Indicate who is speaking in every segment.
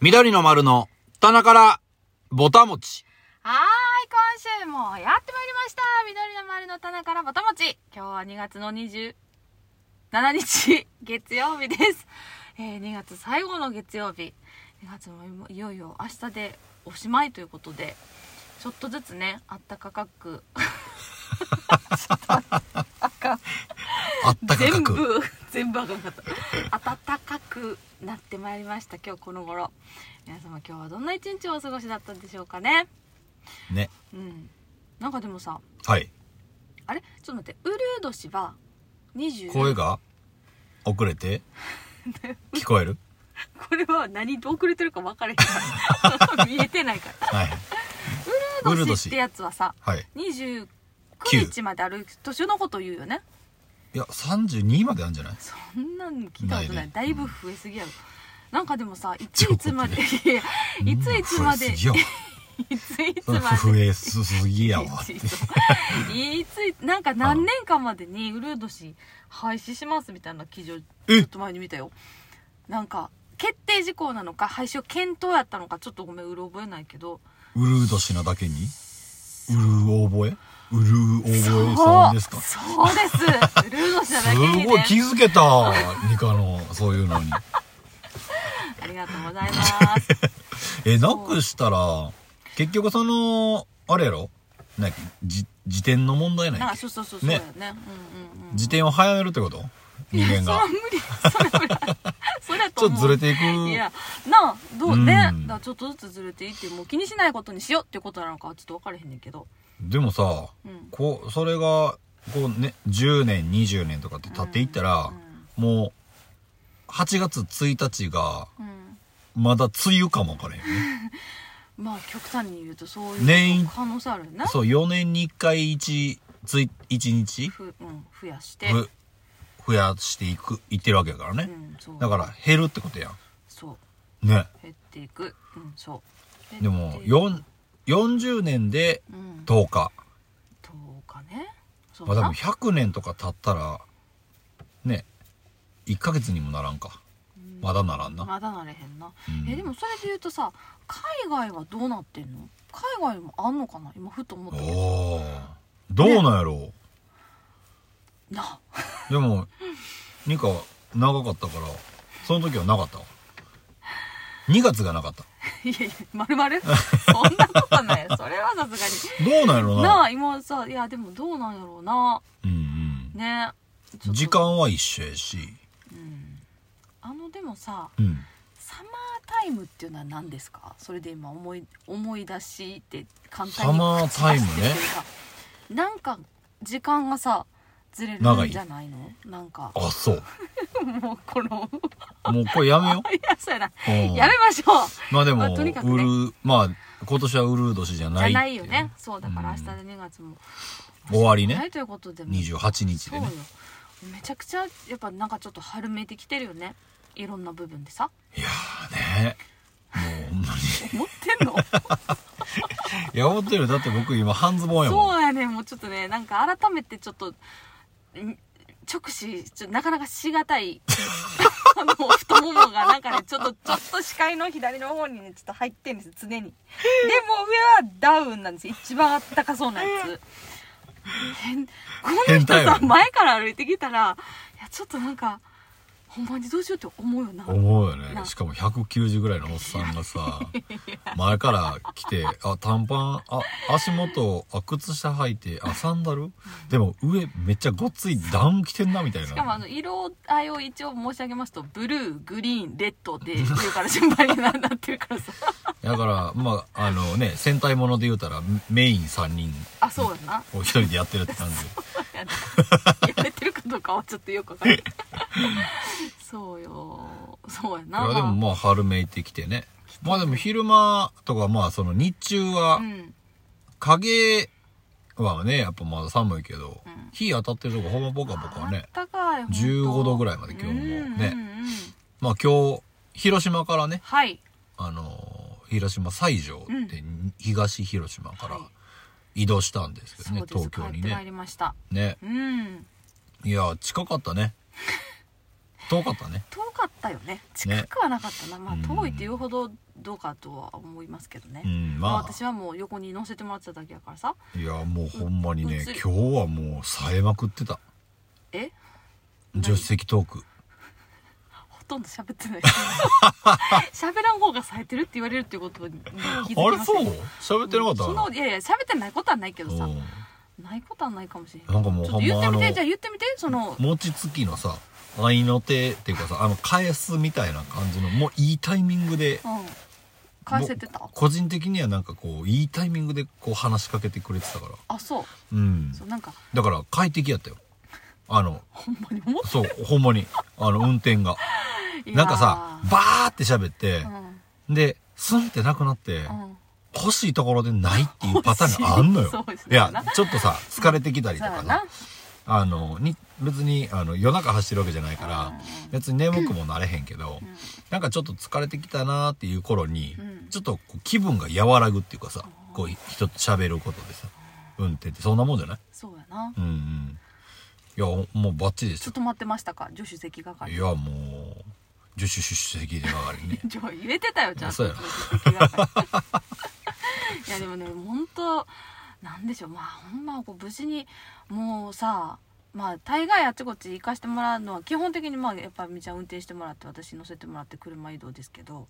Speaker 1: 緑の丸の棚からぼたもち。
Speaker 2: はーい、今週もやってまいりました緑の丸の棚からぼたもち今日は2月の27日、月曜日です。えー、2月最後の月曜日。2月もいよいよ明日でおしまいということで、ちょっとずつね、あったかかく、
Speaker 1: あったかか
Speaker 2: 全
Speaker 1: く。
Speaker 2: 部、 全部あかんかった。暖かくなってまいりました、今日この頃。皆様今日はどんな一日をお過ごしだったんでしょうかね。
Speaker 1: ね。
Speaker 2: うん。なんかでもさ、
Speaker 1: はい。
Speaker 2: あれちょっと待って、ウルー年は20
Speaker 1: 声が遅れて聞こえる
Speaker 2: これは何どう遅れてるか分からへんから 見えてないから。
Speaker 1: はい。
Speaker 2: ウ
Speaker 1: ウ
Speaker 2: ル
Speaker 1: ルー
Speaker 2: ー年
Speaker 1: 年
Speaker 2: ってやつはさ、
Speaker 1: はい。
Speaker 2: 29
Speaker 1: 九
Speaker 2: 日まである年のこと言うよね。
Speaker 1: いや、32まであるんじゃない
Speaker 2: そんなん聞いたこと
Speaker 1: な
Speaker 2: ない。
Speaker 1: いね
Speaker 2: だいぶ増えすぎやろ。なんかでもさ、いついつまで、 いやいついつまで、
Speaker 1: うん
Speaker 2: い
Speaker 1: 増え
Speaker 2: つ
Speaker 1: すぎやわ
Speaker 2: いつ
Speaker 1: そ
Speaker 2: ま
Speaker 1: れ
Speaker 2: で。
Speaker 1: 増えすぎやわ。
Speaker 2: いついつなんか何年間までにウルード氏廃止しますみたいな記事をちょっと前に見たよなんか決定事項なのか廃止を検討やったのかちょっとごめんうろ覚えないけど
Speaker 1: うるう年なだけにうるう覚えうるう覚えさんですか
Speaker 2: そうそうですウルード氏じゃな
Speaker 1: す
Speaker 2: いけに
Speaker 1: ごい
Speaker 2: ね
Speaker 1: 気づけたニカのそういうのに。
Speaker 2: ありがとうございます
Speaker 1: え、なくしたら、結局その、あれやろなんか、じ、辞典の問題なん
Speaker 2: なん
Speaker 1: やっ
Speaker 2: か
Speaker 1: け
Speaker 2: そうそうそうそうだよねうんうんうん
Speaker 1: 辞典を早めるってこと人間
Speaker 2: それは
Speaker 1: が。
Speaker 2: 無理それは無理それは
Speaker 1: ちょっと
Speaker 2: と思
Speaker 1: ず
Speaker 2: う
Speaker 1: れていく。
Speaker 2: いやなあどうね、
Speaker 1: うん
Speaker 2: だからちょっとずつずれていってもう気にしないことにしようっていうことなのかはちょっと分からへんねんけど
Speaker 1: でもさ、
Speaker 2: うん
Speaker 1: こう、それが、こうね、10年、20年とかって経っていったら、もう、8月1日が、
Speaker 2: うんうん
Speaker 1: まだ梅雨かもわからへんよね。
Speaker 2: まあ極端に言うとそうい
Speaker 1: 年
Speaker 2: う可能性あるよね
Speaker 1: そう、4年に1回1、つい1日、
Speaker 2: ふ、うん、増やして
Speaker 1: ふ増やしていく、いってるわけやから
Speaker 2: う
Speaker 1: ね。
Speaker 2: ん、そう
Speaker 1: だから、減るってことや。
Speaker 2: そうん
Speaker 1: ね。
Speaker 2: 減っていくうんそう
Speaker 1: でも
Speaker 2: 減っていく
Speaker 1: 4 40年で
Speaker 2: うん
Speaker 1: 10日、
Speaker 2: とかねそう
Speaker 1: まあ、
Speaker 2: な
Speaker 1: 多分100年とか経ったらね1ヶ月にもならんか
Speaker 2: うん
Speaker 1: まだならんな、
Speaker 2: まだなれへんな、
Speaker 1: うん
Speaker 2: えでもそれで言うとさ海外はどうなってんの海外もあんのかな今ふと思ったけど
Speaker 1: おーどうなんやろう、
Speaker 2: な
Speaker 1: でもニカ長かったからその時はなかったわ2月がなかった
Speaker 2: いやいやまるまるそんなことな いよそれはさす
Speaker 1: どうなんや
Speaker 2: が
Speaker 1: ろう
Speaker 2: に
Speaker 1: な
Speaker 2: なあ今さいやでもどうなんやろうな
Speaker 1: うん
Speaker 2: ねちょっ
Speaker 1: う
Speaker 2: と
Speaker 1: ん、時間は一緒やし
Speaker 2: うんあのでもさ
Speaker 1: うん
Speaker 2: サマータイムっていうのは何ですかそれで今思い思い出して簡単に
Speaker 1: サマータイムね
Speaker 2: 口出してるけどさなんか時間がさずれる
Speaker 1: 長い
Speaker 2: んじゃないのなんか
Speaker 1: あそう
Speaker 2: もうこの
Speaker 1: もうこれやめよ
Speaker 2: いやそうやな
Speaker 1: う、うん
Speaker 2: やめましょう
Speaker 1: まあでも、
Speaker 2: まあとにかくね
Speaker 1: ウルまあ今年はウルー年じゃ
Speaker 2: じ
Speaker 1: な
Speaker 2: ゃ
Speaker 1: いって
Speaker 2: な
Speaker 1: う
Speaker 2: いよねそうだから
Speaker 1: うん
Speaker 2: 明日で2月も
Speaker 1: 終わり
Speaker 2: な
Speaker 1: ね
Speaker 2: いということでもう
Speaker 1: 28日
Speaker 2: そ
Speaker 1: で
Speaker 2: うよ
Speaker 1: ね
Speaker 2: めちゃくちゃやっぱなんかちょっと春めいてきてるよねいろんな部分でさ
Speaker 1: いやーねもうほんまに
Speaker 2: 思ってんの
Speaker 1: いや思ってるよだって僕今半ズボンやもん
Speaker 2: そうやねもうちょっとねなんか改めてちょっとん直視ちょなかなかしがたい あの太ももがなんかねちょっとちょっと視界の左の方にねちょっと入ってんです常にでも上はダウンなんですよ一番あったかそうなやつ変この
Speaker 1: 変
Speaker 2: 人
Speaker 1: 態や
Speaker 2: さ
Speaker 1: ね
Speaker 2: 前から歩いてきたらいやちょっとなんかほんまにどうしようって思うよな
Speaker 1: 思うよね
Speaker 2: な
Speaker 1: しかも190ぐらいのおっさんがさ前から来てあ短パンあ足元あ靴下履いてあサンダルでも上めっちゃごっついダウン着てんなみたいな
Speaker 2: しかもあの色合いを一応申し上げますとブルーグリーンレッドで上から順番にななってるからさ
Speaker 1: だからまああのね戦隊もので言うたらメイン3人
Speaker 2: あそうやな
Speaker 1: を一人でやってるって感じ
Speaker 2: やれてるかどうかはちょっとよくわか んない。そうよ。そうや
Speaker 1: い
Speaker 2: な。
Speaker 1: やでもま
Speaker 2: ま
Speaker 1: あ春めいてきてねまあでも昼間とかまあその日中
Speaker 2: あ
Speaker 1: は
Speaker 2: うん。
Speaker 1: 影はねやっぱまだ寒いけど、
Speaker 2: うん
Speaker 1: 日当たってるとこほんまポカポカはね
Speaker 2: あったかい。
Speaker 1: 15度ぐらいまで今日もねまあ今日広島からね
Speaker 2: はい。
Speaker 1: あのー広島西条って、東広島から
Speaker 2: は
Speaker 1: 移動したんですけど
Speaker 2: そ
Speaker 1: ね
Speaker 2: うです。
Speaker 1: 東京に
Speaker 2: 帰ってまい
Speaker 1: ね
Speaker 2: りました。
Speaker 1: ね
Speaker 2: うん。
Speaker 1: いや近かった ね遠かったね
Speaker 2: 遠かったよね。近くはなかったな。まあ
Speaker 1: うん
Speaker 2: 遠いっていうほどどうかとは思いますけどね、
Speaker 1: うん、
Speaker 2: まあ
Speaker 1: ま
Speaker 2: 私はもう横に乗せてもらってただけやからさ
Speaker 1: あ、いや、もうほんまに
Speaker 2: う
Speaker 1: ね
Speaker 2: ん、映る
Speaker 1: 今日はもう冴えまくってた。
Speaker 2: え
Speaker 1: 助手席トーク。
Speaker 2: ほとんど喋ってない 喋らん方が冴えてるって言われるっていうことに気づき
Speaker 1: あ
Speaker 2: ま
Speaker 1: れ
Speaker 2: した
Speaker 1: そう喋ってなかった
Speaker 2: そんなこといやいや喋ってないことはないけどさ
Speaker 1: うん
Speaker 2: ないことはないかもしれない
Speaker 1: なんかもう
Speaker 2: ちょ
Speaker 1: ほ
Speaker 2: っと
Speaker 1: ん
Speaker 2: 言っ
Speaker 1: ま
Speaker 2: て
Speaker 1: あの、
Speaker 2: みてじゃあ言ってみてその
Speaker 1: 餅つきのさ、合いの手っていうかさ、あの、返すみたいな感じの、もういいタイミングで、
Speaker 2: うん返せてた
Speaker 1: もう個人的にはなんかこう、いいタイミングでこう話しかけてくれてたから。
Speaker 2: あそう
Speaker 1: うん。
Speaker 2: そうなんか
Speaker 1: だから快適やったよ。あの、
Speaker 2: ほんまに思っ
Speaker 1: そう、ほんまに、あの、運転が。
Speaker 2: て
Speaker 1: なんかさ、バーって喋って
Speaker 2: う、ん
Speaker 1: で、スンってなくなって、
Speaker 2: うん
Speaker 1: 欲しいところでないっていうパターンがあんの
Speaker 2: 欲しい
Speaker 1: よ
Speaker 2: そうです。
Speaker 1: い
Speaker 2: ね
Speaker 1: や、ちょっとさ、疲れてきたりと
Speaker 2: そう
Speaker 1: か
Speaker 2: や
Speaker 1: な
Speaker 2: な。
Speaker 1: あの、に、別に、あの、夜中走ってるわけじゃないか
Speaker 2: うん
Speaker 1: ら、別に眠くもなれへんけど、なんかちょっと疲れてきたなーっていう頃に、
Speaker 2: うん
Speaker 1: ちょっとこう気分が和らぐっていうかさ、こう、人と喋ることでさ、運転ってそんなもんじゃない
Speaker 2: そうやな
Speaker 1: うんうん。いや、もうバッチリでし
Speaker 2: ちょ
Speaker 1: た
Speaker 2: っ。と待ってましたか助手席係
Speaker 1: いや、もう、助手出席でばかりね
Speaker 2: 。ちょ言えてたよちゃん
Speaker 1: そう
Speaker 2: と
Speaker 1: やろ
Speaker 2: 助手席係いやでもね本当なんでしょうまあほんまこう無事にもうさまあ大概あちこち行かしてもらうのは基本的にまあやっぱみーちゃん運転してもらって私乗せてもらって車移動ですけどいや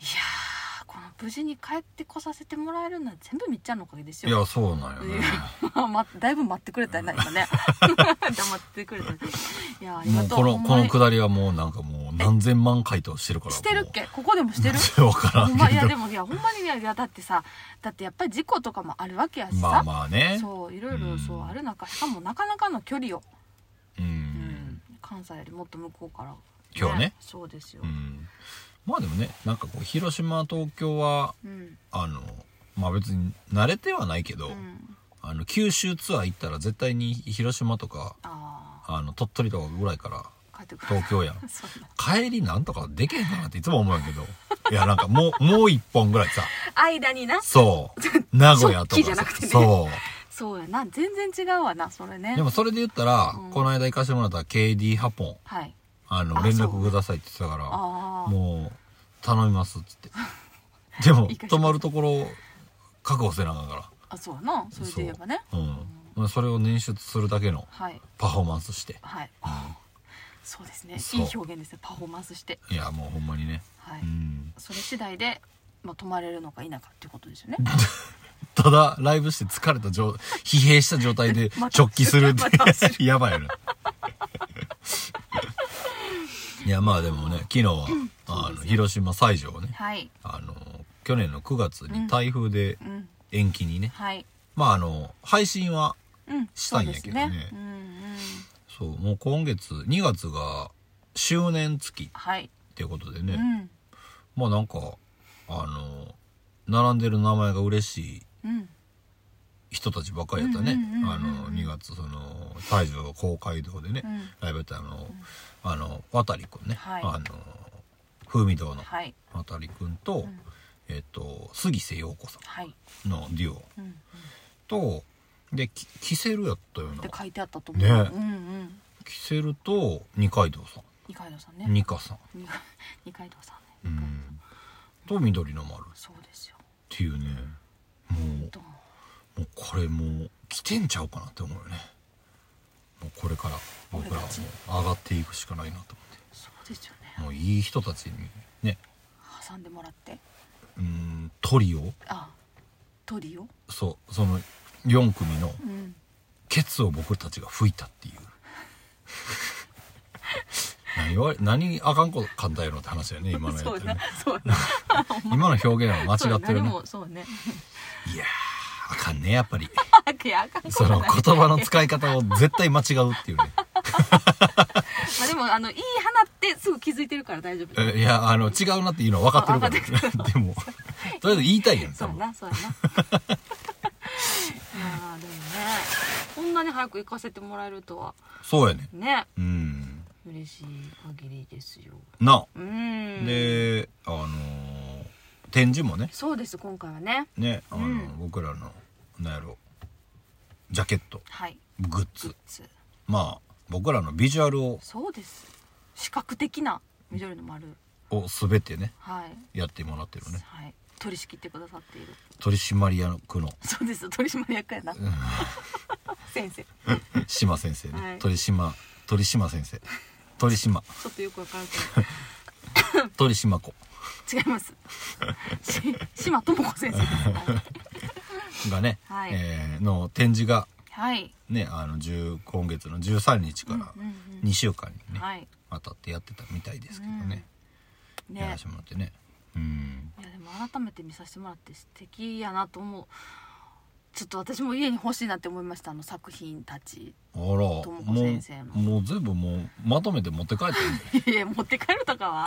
Speaker 2: ーこの無事に帰ってこさせてもらえるのは全部みっちゃんのおかげです
Speaker 1: い
Speaker 2: よ
Speaker 1: や、そうなんよね。
Speaker 2: まあまだいぶ待ってくれたよな 今ね黙ってくれたいやあり
Speaker 1: も
Speaker 2: が
Speaker 1: う
Speaker 2: とう
Speaker 1: この、
Speaker 2: ほん
Speaker 1: こ
Speaker 2: まに
Speaker 1: のくだりはもうなんかもう何千万回答してるから。
Speaker 2: してるっ
Speaker 1: も
Speaker 2: けここでもしてる
Speaker 1: うわから
Speaker 2: ほんま
Speaker 1: ん
Speaker 2: い
Speaker 1: け
Speaker 2: や
Speaker 1: ど。
Speaker 2: でもいやほんまにいやいやだってさだってやっぱり事故とかもあるわけやしさ、
Speaker 1: まあまあね。
Speaker 2: そういろいろそう
Speaker 1: うん
Speaker 2: ある中しかもなかなかの距離を、
Speaker 1: う。
Speaker 2: うんん、関西よりもっと向こうから、
Speaker 1: 今日ね
Speaker 2: そうですよ
Speaker 1: う、ん。まあでもね、なんかこう、広島、東京は、
Speaker 2: うん
Speaker 1: あの、まあ別に慣れてはないけど、
Speaker 2: うん
Speaker 1: あの、九州ツアー行ったら絶対に広島とか、
Speaker 2: あ
Speaker 1: あの、鳥取とかぐらいから
Speaker 2: あ帰ってくる
Speaker 1: 東京やん。
Speaker 2: そうだ
Speaker 1: 帰りなんとかでけへんかなっていつも思うんやけど。いや、なんかもう、もう一本ぐらいさ。
Speaker 2: 間にな
Speaker 1: そう。名古屋と
Speaker 2: 食器じゃ
Speaker 1: か
Speaker 2: な
Speaker 1: さ
Speaker 2: くてね
Speaker 1: そ
Speaker 2: そうやな全然違うわなそれね
Speaker 1: う。でもそれで言ったら、
Speaker 2: うん
Speaker 1: この間行かせてもらった KD ハポン、
Speaker 2: はい
Speaker 1: あの、
Speaker 2: あ
Speaker 1: 連絡くださいって言ってたか
Speaker 2: あ
Speaker 1: ら、
Speaker 2: あ
Speaker 1: もう、頼みますっつって。で も、
Speaker 2: いいかしら
Speaker 1: 泊まるところ、確保せなあかんか
Speaker 2: あそうやなそれで言えばね
Speaker 1: ら。うん。それを捻出するだけの
Speaker 2: はい
Speaker 1: パフォーマンスして。
Speaker 2: はいそうですね
Speaker 1: そう
Speaker 2: いい表現ですねパフォーマンスして
Speaker 1: いや、もうほんまにね。
Speaker 2: はい、
Speaker 1: うん。
Speaker 2: それ次第で、まあ、泊まれるのか否かっていうことですよね
Speaker 1: ただ、ライブして疲れた状、疲弊した状態 で
Speaker 2: また
Speaker 1: 直帰するっ
Speaker 2: また走
Speaker 1: て、やばいよね。いや、まあでもね、昨日は、あ
Speaker 2: そうです
Speaker 1: の、
Speaker 2: ね
Speaker 1: 広島西条をね、
Speaker 2: はい
Speaker 1: あの、去年の9月に台風で
Speaker 2: うん
Speaker 1: 延期にね、
Speaker 2: はい
Speaker 1: まああの、配信は、
Speaker 2: うん
Speaker 1: したいんやけどね
Speaker 2: そうですうんうん
Speaker 1: そう、もう今月、2月が周年月
Speaker 2: はい
Speaker 1: っていうことで
Speaker 2: う
Speaker 1: ね、
Speaker 2: ん
Speaker 1: まあなんか、あの、並んでる名前が嬉しい
Speaker 2: うん
Speaker 1: 人たちばっかりやったね
Speaker 2: うんうんうんう。ん
Speaker 1: あの、2月、その、西条公会堂でね、
Speaker 2: うん
Speaker 1: ライブやったあの、あの、渡りくんね、
Speaker 2: はい
Speaker 1: あの、風味堂の
Speaker 2: はい
Speaker 1: 渡りくんと、
Speaker 2: ん
Speaker 1: えっと、杉瀬陽子さ
Speaker 2: はい
Speaker 1: んのデュオ
Speaker 2: うんうん
Speaker 1: と、で、きキセルやったような
Speaker 2: って。書いてあったと思う
Speaker 1: ね
Speaker 2: うんうん
Speaker 1: キセルと二階堂さ
Speaker 2: 二階堂さん
Speaker 1: ん、
Speaker 2: ね
Speaker 1: 二課さん。
Speaker 2: 二階二階堂さん
Speaker 1: う
Speaker 2: ね
Speaker 1: ん。と、緑の丸っ
Speaker 2: そうですよ
Speaker 1: ていうね、も
Speaker 2: どうも
Speaker 1: う、もうこれもう、来てんちゃうかなって思うよね。もうこれから、僕らはもう上がっていくしかないなと思っ
Speaker 2: そうですよね
Speaker 1: て。もういい人たちに、ね、
Speaker 2: 挟んでもらって
Speaker 1: うん、トリオ、
Speaker 2: あトリオ
Speaker 1: そう、その、4組の、
Speaker 2: うん
Speaker 1: ケツを僕たちが吹いたっていう。 何わ何あかんこと簡単やろって話だよね、今のやつ
Speaker 2: そう
Speaker 1: ね
Speaker 2: ね。そうね
Speaker 1: 今の表現は 間違ってる
Speaker 2: 何
Speaker 1: ね。
Speaker 2: もそうね
Speaker 1: いやー、あかんね、やっぱり。
Speaker 2: いやあかんこと
Speaker 1: そ
Speaker 2: な
Speaker 1: の
Speaker 2: い
Speaker 1: 言葉の使い方を絶対間違うっていうね。
Speaker 2: まあでもあのいい花ってすぐ気づいてるから大丈夫
Speaker 1: えいや、あの、違うなっていうのは分かってるから。でも、とりあえず言いたいやん、
Speaker 2: そ
Speaker 1: 多分。
Speaker 2: うやなそう やないやーでもねこんなに早く行かせてもらえるとは
Speaker 1: そうやね。
Speaker 2: ね
Speaker 1: うん。
Speaker 2: 嬉しい限りですよ
Speaker 1: な
Speaker 2: う
Speaker 1: あ。
Speaker 2: ーん
Speaker 1: で、あのー展示もね、
Speaker 2: そうです今回はね
Speaker 1: ね、あの
Speaker 2: うん
Speaker 1: 僕らの、なんやろ、ジャケット、
Speaker 2: はい
Speaker 1: グッ
Speaker 2: グッ
Speaker 1: ズ、
Speaker 2: ズ
Speaker 1: まあ、僕らのビジュアルを
Speaker 2: そうです視覚的な緑の丸
Speaker 1: を全てね
Speaker 2: はい、
Speaker 1: やってもらってるね
Speaker 2: はい、取り仕切ってくださっている
Speaker 1: 取締役の
Speaker 2: そうです取締役やな 先生ち
Speaker 1: 島先生ね、
Speaker 2: はい
Speaker 1: 鳥島鳥島先生鳥島
Speaker 2: ょっとよくわからんけ
Speaker 1: 鳥島子
Speaker 2: ど違 いますし島智子先生ですはい
Speaker 1: がね、
Speaker 2: はい
Speaker 1: えーの展示が
Speaker 2: はい、
Speaker 1: ねあの10今月の13日から
Speaker 2: うんうん
Speaker 1: 2週間にね、
Speaker 2: はい
Speaker 1: わたってやってたみたいですけどね、
Speaker 2: ね
Speaker 1: やらせてもらってねうん
Speaker 2: いやでも改めて見させてもらって素敵やなと思うちょっと私も家に欲しいなって思いましたあの作品 たち
Speaker 1: あらも
Speaker 2: も
Speaker 1: う
Speaker 2: こ先生の
Speaker 1: もう全部もうまとめて持って帰ってるん じゃない
Speaker 2: いや持って帰るとかは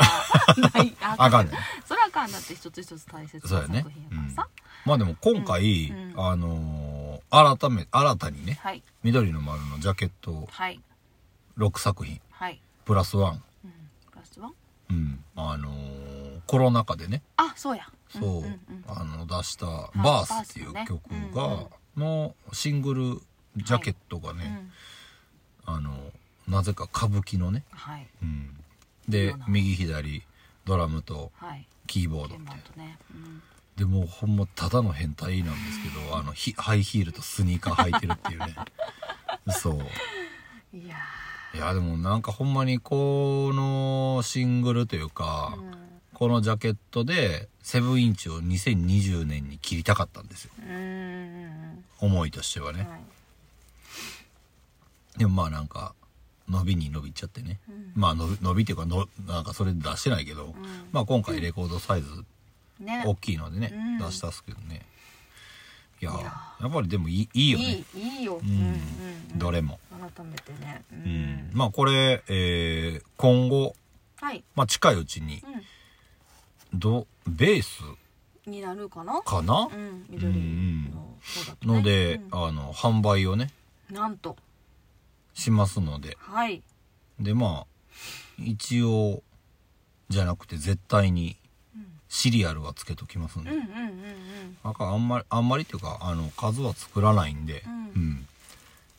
Speaker 2: ないあ
Speaker 1: あかんね
Speaker 2: それはあかんだって一つ一つ大切
Speaker 1: そう
Speaker 2: な
Speaker 1: や
Speaker 2: 作
Speaker 1: ね
Speaker 2: 品やからさ、
Speaker 1: まあでも今回、
Speaker 2: うんうん
Speaker 1: あのー改め新たにね
Speaker 2: はい
Speaker 1: 緑の丸のジャケットを
Speaker 2: はい
Speaker 1: 6作品
Speaker 2: はい、
Speaker 1: プラスワン
Speaker 2: うん、ラストワン
Speaker 1: うん、あのーコロナ禍でね
Speaker 2: あそうや
Speaker 1: そう、
Speaker 2: んんん
Speaker 1: あの出した「
Speaker 2: い
Speaker 1: バースっていう
Speaker 2: バースね
Speaker 1: 曲
Speaker 2: うん
Speaker 1: が、のシングルジャケットが
Speaker 2: う
Speaker 1: ね、
Speaker 2: ん
Speaker 1: あのなぜか歌舞伎のね、
Speaker 2: はい
Speaker 1: うん、で
Speaker 2: そうなん
Speaker 1: 右左ドラムと
Speaker 2: はい
Speaker 1: キーボードっ
Speaker 2: 鍵
Speaker 1: て
Speaker 2: 盤とね、うん、
Speaker 1: でもうほんまただの変態なんですけどあのヒハイヒールとスニーカー履いてるっていう ねそう
Speaker 2: いや
Speaker 1: いやでもなんかほんまにこのシングルというか、
Speaker 2: ーうん
Speaker 1: このジャケットでセブンインチを2020年に切りたかったんですよ
Speaker 2: うーん
Speaker 1: 思いとしてはね、
Speaker 2: はい
Speaker 1: でもまあなんか伸びに伸びちゃってね、
Speaker 2: うん
Speaker 1: まあの伸びっていうかのなんかそれで出してないけど、
Speaker 2: ん
Speaker 1: まあ今回レコードサイズ
Speaker 2: ね
Speaker 1: 大きいのでね、
Speaker 2: うん
Speaker 1: 出したっすけどねいや
Speaker 2: いや
Speaker 1: やっぱりでもいいいい
Speaker 2: い
Speaker 1: よね
Speaker 2: いいいよ、うん
Speaker 1: ん
Speaker 2: うんうん、
Speaker 1: どれも、
Speaker 2: 改めてねうん、
Speaker 1: うんまあこれ、えー今後、
Speaker 2: はい、
Speaker 1: まあ、近いうちに
Speaker 2: う
Speaker 1: どベース
Speaker 2: ん、になるかな
Speaker 1: かな
Speaker 2: う、ん緑の方だと、ね、
Speaker 1: ので、
Speaker 2: うん
Speaker 1: あの販売をね
Speaker 2: なんと
Speaker 1: しますので
Speaker 2: はい
Speaker 1: でまあ一応じゃなくて絶対に
Speaker 2: うん
Speaker 1: シリアルはつけときますんで、
Speaker 2: うんうんうんうん
Speaker 1: なんかあんまりあんまりっていうかあの数は作らないんで、
Speaker 2: うん
Speaker 1: ん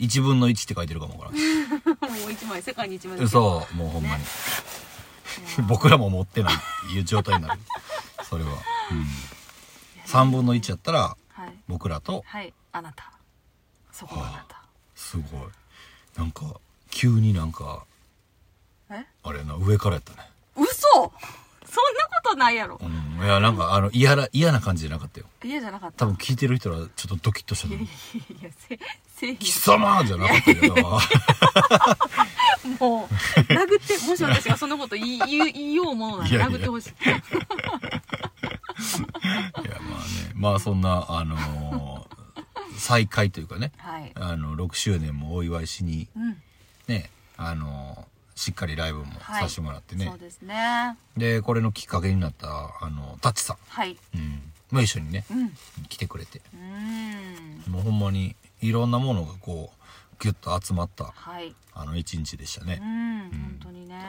Speaker 1: 1分の1って書いてるかもわか
Speaker 2: もう一枚世界に一枚
Speaker 1: らんそうもうほんまに、 僕らも持ってないっていう状態になる それは、うん、3分の1やったら
Speaker 2: はい
Speaker 1: 僕らと
Speaker 2: はいあなたそこのあなた
Speaker 1: すごいなんか急になんか
Speaker 2: え
Speaker 1: あれやな上からやったね
Speaker 2: 嘘そんなことないやろ
Speaker 1: うんいやなんかあの嫌な嫌な感じじゃなかったよ
Speaker 2: 嫌じゃなかった
Speaker 1: 多分聞いてる人らちょっとドキッとしたと思う
Speaker 2: いやせせい
Speaker 1: 貴様じゃなかったけど
Speaker 2: もう殴ってもし私がそんなこと言い言い言いようものなら
Speaker 1: いやいや
Speaker 2: 殴ってほしい
Speaker 1: いやまあねまあそんなあのー 再開というかね
Speaker 2: はい
Speaker 1: あの6周年もお祝いしに
Speaker 2: うん
Speaker 1: ねあのーしっかりライブも
Speaker 2: はい
Speaker 1: させてもらってね、
Speaker 2: そうですね
Speaker 1: でこれのきっかけになったあのタッチさ
Speaker 2: はい
Speaker 1: ん、うん、も一緒にね
Speaker 2: うん
Speaker 1: 来てくれて
Speaker 2: うーん
Speaker 1: もうほんまにいろんなものがこうギュッと集まった
Speaker 2: はい
Speaker 1: あの一日でしたね
Speaker 2: う、ん本当にね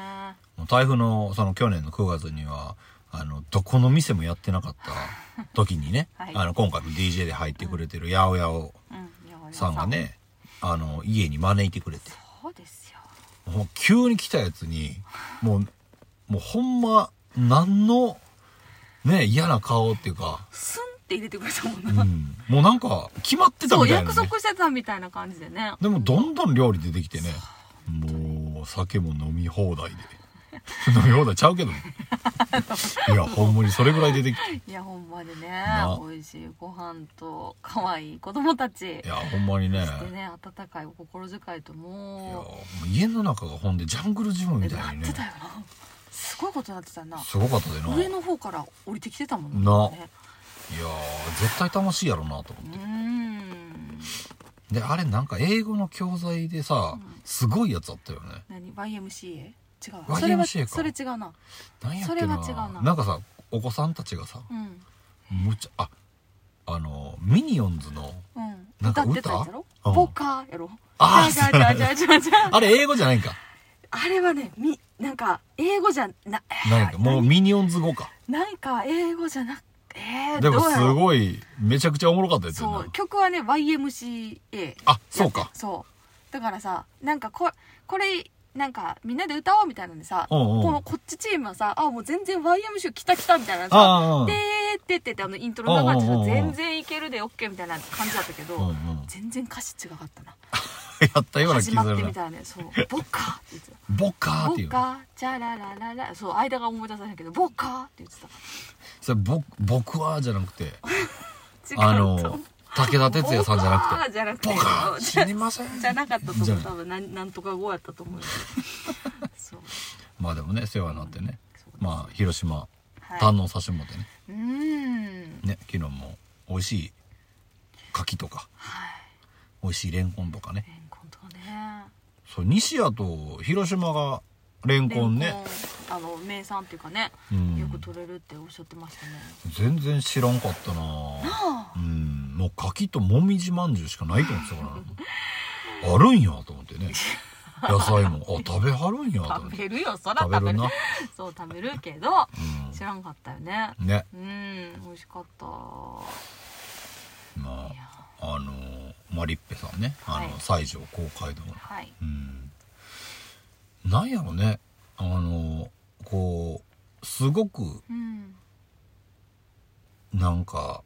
Speaker 1: もう台風のその去年の9月にはあのどこの店もやってなかった時にね、
Speaker 2: はい
Speaker 1: あの今回の DJ で入ってくれてる八百屋を
Speaker 2: うんやばい
Speaker 1: さんがねあの家に招いてくれて
Speaker 2: そうですよ
Speaker 1: もう急に来たやつにもうもうほんま何のね嫌な顔っていうか、
Speaker 2: スンって入れてくれたもん
Speaker 1: う
Speaker 2: な、
Speaker 1: ん、もうなんか決まってた
Speaker 2: そ
Speaker 1: み
Speaker 2: う
Speaker 1: たいな、
Speaker 2: 約
Speaker 1: ね、
Speaker 2: 束してたみたいな感じでね
Speaker 1: でもどんどん料理出てきてねもう酒も飲み放題で 飲み放題ちゃうけ どねいやほんまにそれぐらい出てきて
Speaker 2: いやほんまにね
Speaker 1: な
Speaker 2: 美味しいご飯と可愛い子供たち
Speaker 1: いやほんまにね
Speaker 2: そしてね温かいお心遣いと
Speaker 1: いや
Speaker 2: も
Speaker 1: もう家の中がほんでジャングルジム
Speaker 2: う
Speaker 1: み
Speaker 2: え
Speaker 1: た
Speaker 2: ないっ
Speaker 1: に
Speaker 2: て
Speaker 1: ね
Speaker 2: たよなすごいことになってたよな
Speaker 1: すごかったでな
Speaker 2: 上の方から降りてきてたもん
Speaker 1: な
Speaker 2: ね
Speaker 1: いやー絶対楽しいやろなと思
Speaker 2: う
Speaker 1: っ
Speaker 2: ー
Speaker 1: て、
Speaker 2: ん
Speaker 1: であれなんか英語の教材でさ、
Speaker 2: うん
Speaker 1: すごいやつあったよね
Speaker 2: 何 YMCA? 違う
Speaker 1: YMCA
Speaker 2: それは
Speaker 1: か
Speaker 2: それ違うな
Speaker 1: なんやっ
Speaker 2: それ
Speaker 1: け
Speaker 2: は
Speaker 1: な
Speaker 2: 違うな
Speaker 1: なんかさお子さんたちがさ
Speaker 2: うん
Speaker 1: むちゃああのミニオンズの
Speaker 2: うん
Speaker 1: なん
Speaker 2: 歌
Speaker 1: か
Speaker 2: ってたやつやろ
Speaker 1: 歌うん
Speaker 2: ポカーやろ
Speaker 1: あー
Speaker 2: じゃあじゃあじゃあじゃあじゃあ
Speaker 1: あれ英語じゃないんか
Speaker 2: あれはねみなんか英語じゃな
Speaker 1: なんかもうミニオンズ語か
Speaker 2: なんか英語じゃなくえー、
Speaker 1: でも
Speaker 2: どうや
Speaker 1: す
Speaker 2: ろう
Speaker 1: ごいめちゃくちゃおもろかったやつや
Speaker 2: そ
Speaker 1: な
Speaker 2: う曲はね YMCA
Speaker 1: あそうか
Speaker 2: そうだからさなんかここれなんかみんなで歌おうみたいなんでさ、
Speaker 1: うんうん
Speaker 2: このこっちチームはさあもう全然 YMCU 来た来たみたいなさ
Speaker 1: ああ、うん
Speaker 2: でーってってってあのイントロの流れ
Speaker 1: うんうん
Speaker 2: て
Speaker 1: うんうん
Speaker 2: 全然いけるで OK みたいな感じだったけど、
Speaker 1: うん うん。
Speaker 2: 全然歌詞違かったな
Speaker 1: やったような気
Speaker 2: 始ま
Speaker 1: が
Speaker 2: っ
Speaker 1: す
Speaker 2: て
Speaker 1: る
Speaker 2: み
Speaker 1: な。
Speaker 2: たらねそう「ボッカー」って言ってた
Speaker 1: ボッカ
Speaker 2: 「
Speaker 1: ーっ
Speaker 2: ボ
Speaker 1: てい
Speaker 2: ッ
Speaker 1: う。
Speaker 2: カーチャララララ」そう間が思い出さないけど「ボッカー」って言ってた
Speaker 1: それ、ぼ、僕はじゃなくて、
Speaker 2: 違う
Speaker 1: あの、武田鉄矢さんじゃなくて、
Speaker 2: じゃなくて
Speaker 1: ボカー死にません。
Speaker 2: じゃなかったと思
Speaker 1: じゃ
Speaker 2: う
Speaker 1: ない
Speaker 2: 多分なんなんとか語やった と思うよそう
Speaker 1: まあでもね、世話になってね。
Speaker 2: そう
Speaker 1: まあ、広島、
Speaker 2: はい
Speaker 1: 堪能させてもらってね。
Speaker 2: うーん
Speaker 1: ね、昨日も、美味しい柿とか、
Speaker 2: はい
Speaker 1: 美味しいレンコンとかね。
Speaker 2: レンコンとかね
Speaker 1: そう、西谷と広島が、レンコン
Speaker 2: レ
Speaker 1: ね。
Speaker 2: あの名産っていうかね
Speaker 1: うん
Speaker 2: よく取れるっておっしゃってましたね
Speaker 1: 全然知らんかったなぁ
Speaker 2: あ
Speaker 1: うんもう柿ともみじまんじゅうしかないと思ってたからなあるんやと思って ね野菜もあ食べはるんやと思っ
Speaker 2: 食
Speaker 1: て
Speaker 2: べるよそら
Speaker 1: 食べ
Speaker 2: 食べ
Speaker 1: る
Speaker 2: る
Speaker 1: な
Speaker 2: そう食べるけど知
Speaker 1: う
Speaker 2: らんかったよね
Speaker 1: んね
Speaker 2: うん美味しかった
Speaker 1: ま
Speaker 2: いや
Speaker 1: ああのマリッペさんねあ
Speaker 2: はい
Speaker 1: の西条公会堂の
Speaker 2: はい
Speaker 1: うんなんやろねあのこうすごく
Speaker 2: うん
Speaker 1: なんか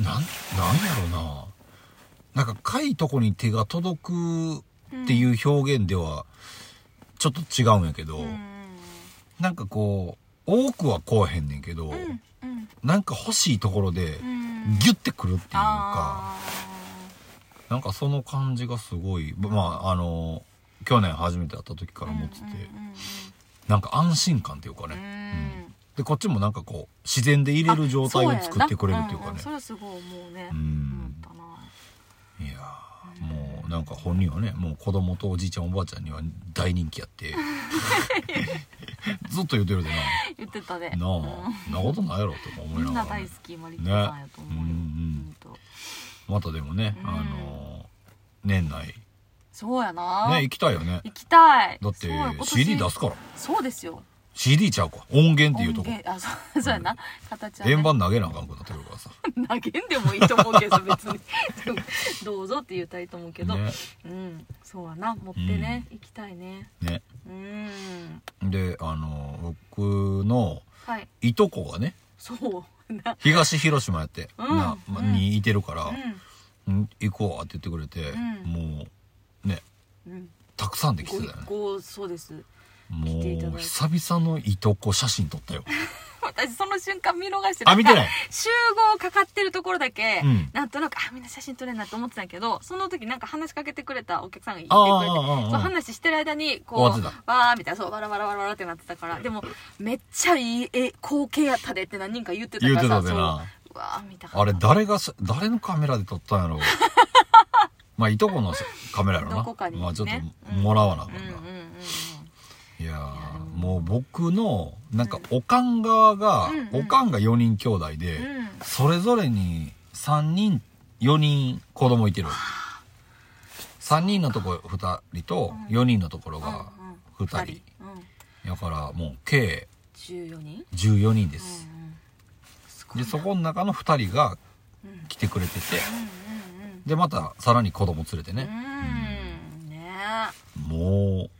Speaker 1: なんなんやろななんかかいとこに手が届くって
Speaker 2: う
Speaker 1: いう表現ではちょっと違うんやけど、
Speaker 2: んうん
Speaker 1: なんかこう多くはこうへんねんけど、
Speaker 2: うんうん
Speaker 1: なんか欲しいところで
Speaker 2: うん
Speaker 1: ギュッてくるっていうか、
Speaker 2: あ
Speaker 1: なんかその感じがすごいまああの去年初めて会った時か
Speaker 2: ー
Speaker 1: ら持ってて、
Speaker 2: うんうん
Speaker 1: なんか安心感っていうか
Speaker 2: うんう
Speaker 1: ね、
Speaker 2: ん
Speaker 1: うんでこっちもなんかこう自然で入れる状態を作ってくれるっていうかね
Speaker 2: あそうやなうんうんそれはすごい思うね
Speaker 1: う
Speaker 2: 思
Speaker 1: ん
Speaker 2: ったない
Speaker 1: やーもうなんか本人はねもう子供とおじいちゃんおばあちゃんには大人気やって ずっと言ってるでな
Speaker 2: 言ってたね
Speaker 1: なあ、ん、なことないやろとか思
Speaker 2: み
Speaker 1: いなんが
Speaker 2: な
Speaker 1: らね、
Speaker 2: 大好きマリックさんやと思うよ、
Speaker 1: ねうんうん
Speaker 2: ほんと
Speaker 1: またでもね、
Speaker 2: うん
Speaker 1: あのー年内ね
Speaker 2: そうやな、
Speaker 1: 行きたいよね
Speaker 2: 行きたい
Speaker 1: だって
Speaker 2: そうよ今年
Speaker 1: CD 出すから
Speaker 2: そうですよ
Speaker 1: CD ちゃうか音源っていうとこ
Speaker 2: 音源あそうそうやな形は、ね、
Speaker 1: 円盤投げなあかんくなってくるからさ、
Speaker 2: 投げんでもいいと思うけど別 にどうぞって言いたいと思うけど、
Speaker 1: ね
Speaker 2: うんそうやな持ってね、行きたいね
Speaker 1: ね
Speaker 2: うん
Speaker 1: であのー僕の
Speaker 2: はい
Speaker 1: いとこがね
Speaker 2: そうな
Speaker 1: 東広島やって、
Speaker 2: うん
Speaker 1: なま
Speaker 2: うん
Speaker 1: にいてるから、
Speaker 2: う
Speaker 1: うん行こうって言ってくれて、
Speaker 2: うん
Speaker 1: もうね
Speaker 2: んうん
Speaker 1: たくさんでき
Speaker 2: ご
Speaker 1: て
Speaker 2: 一
Speaker 1: たよね
Speaker 2: 行そうです来ていただい
Speaker 1: もう
Speaker 2: て
Speaker 1: 久々のいとこ写真撮った よ
Speaker 2: 私その瞬間見逃して
Speaker 1: あ見てない
Speaker 2: 集合かかってるところだけ、
Speaker 1: うん
Speaker 2: なんとなくあみんな写真撮れるなと思ってたんやけどその時なんか話しかけてくれたお客さんがいてく
Speaker 1: ああ
Speaker 2: れ
Speaker 1: ああ
Speaker 2: てそう
Speaker 1: ああ
Speaker 2: 話してる間にこう
Speaker 1: 終わって
Speaker 2: わーみたいなそうわらわらわらわらってなってたからでもめっちゃいいえ光景やったでって何人か言ってたか
Speaker 1: 言う
Speaker 2: ら
Speaker 1: て
Speaker 2: さ
Speaker 1: たでな
Speaker 2: そううわー見たか
Speaker 1: あ
Speaker 2: った
Speaker 1: れ誰がし誰のカメラで撮ったん やろうまあいとこのカメラやろな
Speaker 2: どこかにね
Speaker 1: まあちょっともらわなあかん
Speaker 2: うんうん
Speaker 1: な、
Speaker 2: うんうん
Speaker 1: いや
Speaker 2: いや
Speaker 1: ー
Speaker 2: で
Speaker 1: もう
Speaker 2: も
Speaker 1: 僕のなんかおかん側が、
Speaker 2: うんうん
Speaker 1: おかんが4人兄弟で、
Speaker 2: うん
Speaker 1: それぞれに3人4人子供いてる3人のとこ2人と
Speaker 2: うん
Speaker 1: 4人のところが
Speaker 2: うんう
Speaker 1: 2
Speaker 2: ん
Speaker 1: 人、
Speaker 2: 二人うん
Speaker 1: だからもう計
Speaker 2: 14人
Speaker 1: 14人で
Speaker 2: うん
Speaker 1: す、
Speaker 2: うんすごい
Speaker 1: で
Speaker 2: な
Speaker 1: そこの中の2人が
Speaker 2: うんうん
Speaker 1: 来てくれてて
Speaker 2: うんうん
Speaker 1: でまたさらに子供連れて
Speaker 2: う
Speaker 1: ね、
Speaker 2: ーんね
Speaker 1: も
Speaker 2: え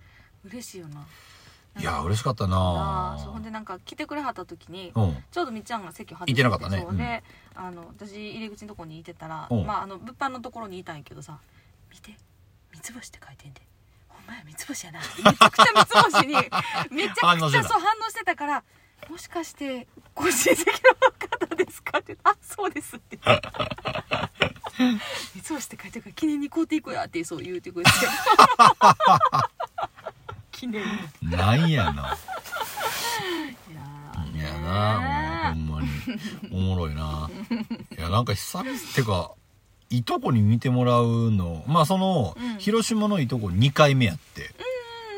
Speaker 2: 嬉しいよな
Speaker 1: ういやー嬉しかったな
Speaker 2: ああそうほんでなんか来てくれはった時に
Speaker 1: うん
Speaker 2: ちょうどみっちゃんが席を外
Speaker 1: いてなかったね
Speaker 2: そうで、あの私入り口のとこにいてたら、
Speaker 1: うん
Speaker 2: まああの物販のところにいたんやけどさ「見て三つ星って書いてんで」ほんまや三つ星やな」ってめちゃくちゃ三つ 星にめちゃくちゃ
Speaker 1: 反応してた
Speaker 2: そう反応してたから「もしかしてご親戚の方ですか?」って「あそうで す」って言って「三つ星って書いてるから記念に買うていこうや」ってそう言う てくれて 記念にい
Speaker 1: なんやな
Speaker 2: や
Speaker 1: いやなもうほんまにおもろいないやなんか久々ってかいとこに見てもらうのまあその、
Speaker 2: うん
Speaker 1: 広島のいとこ2回目やって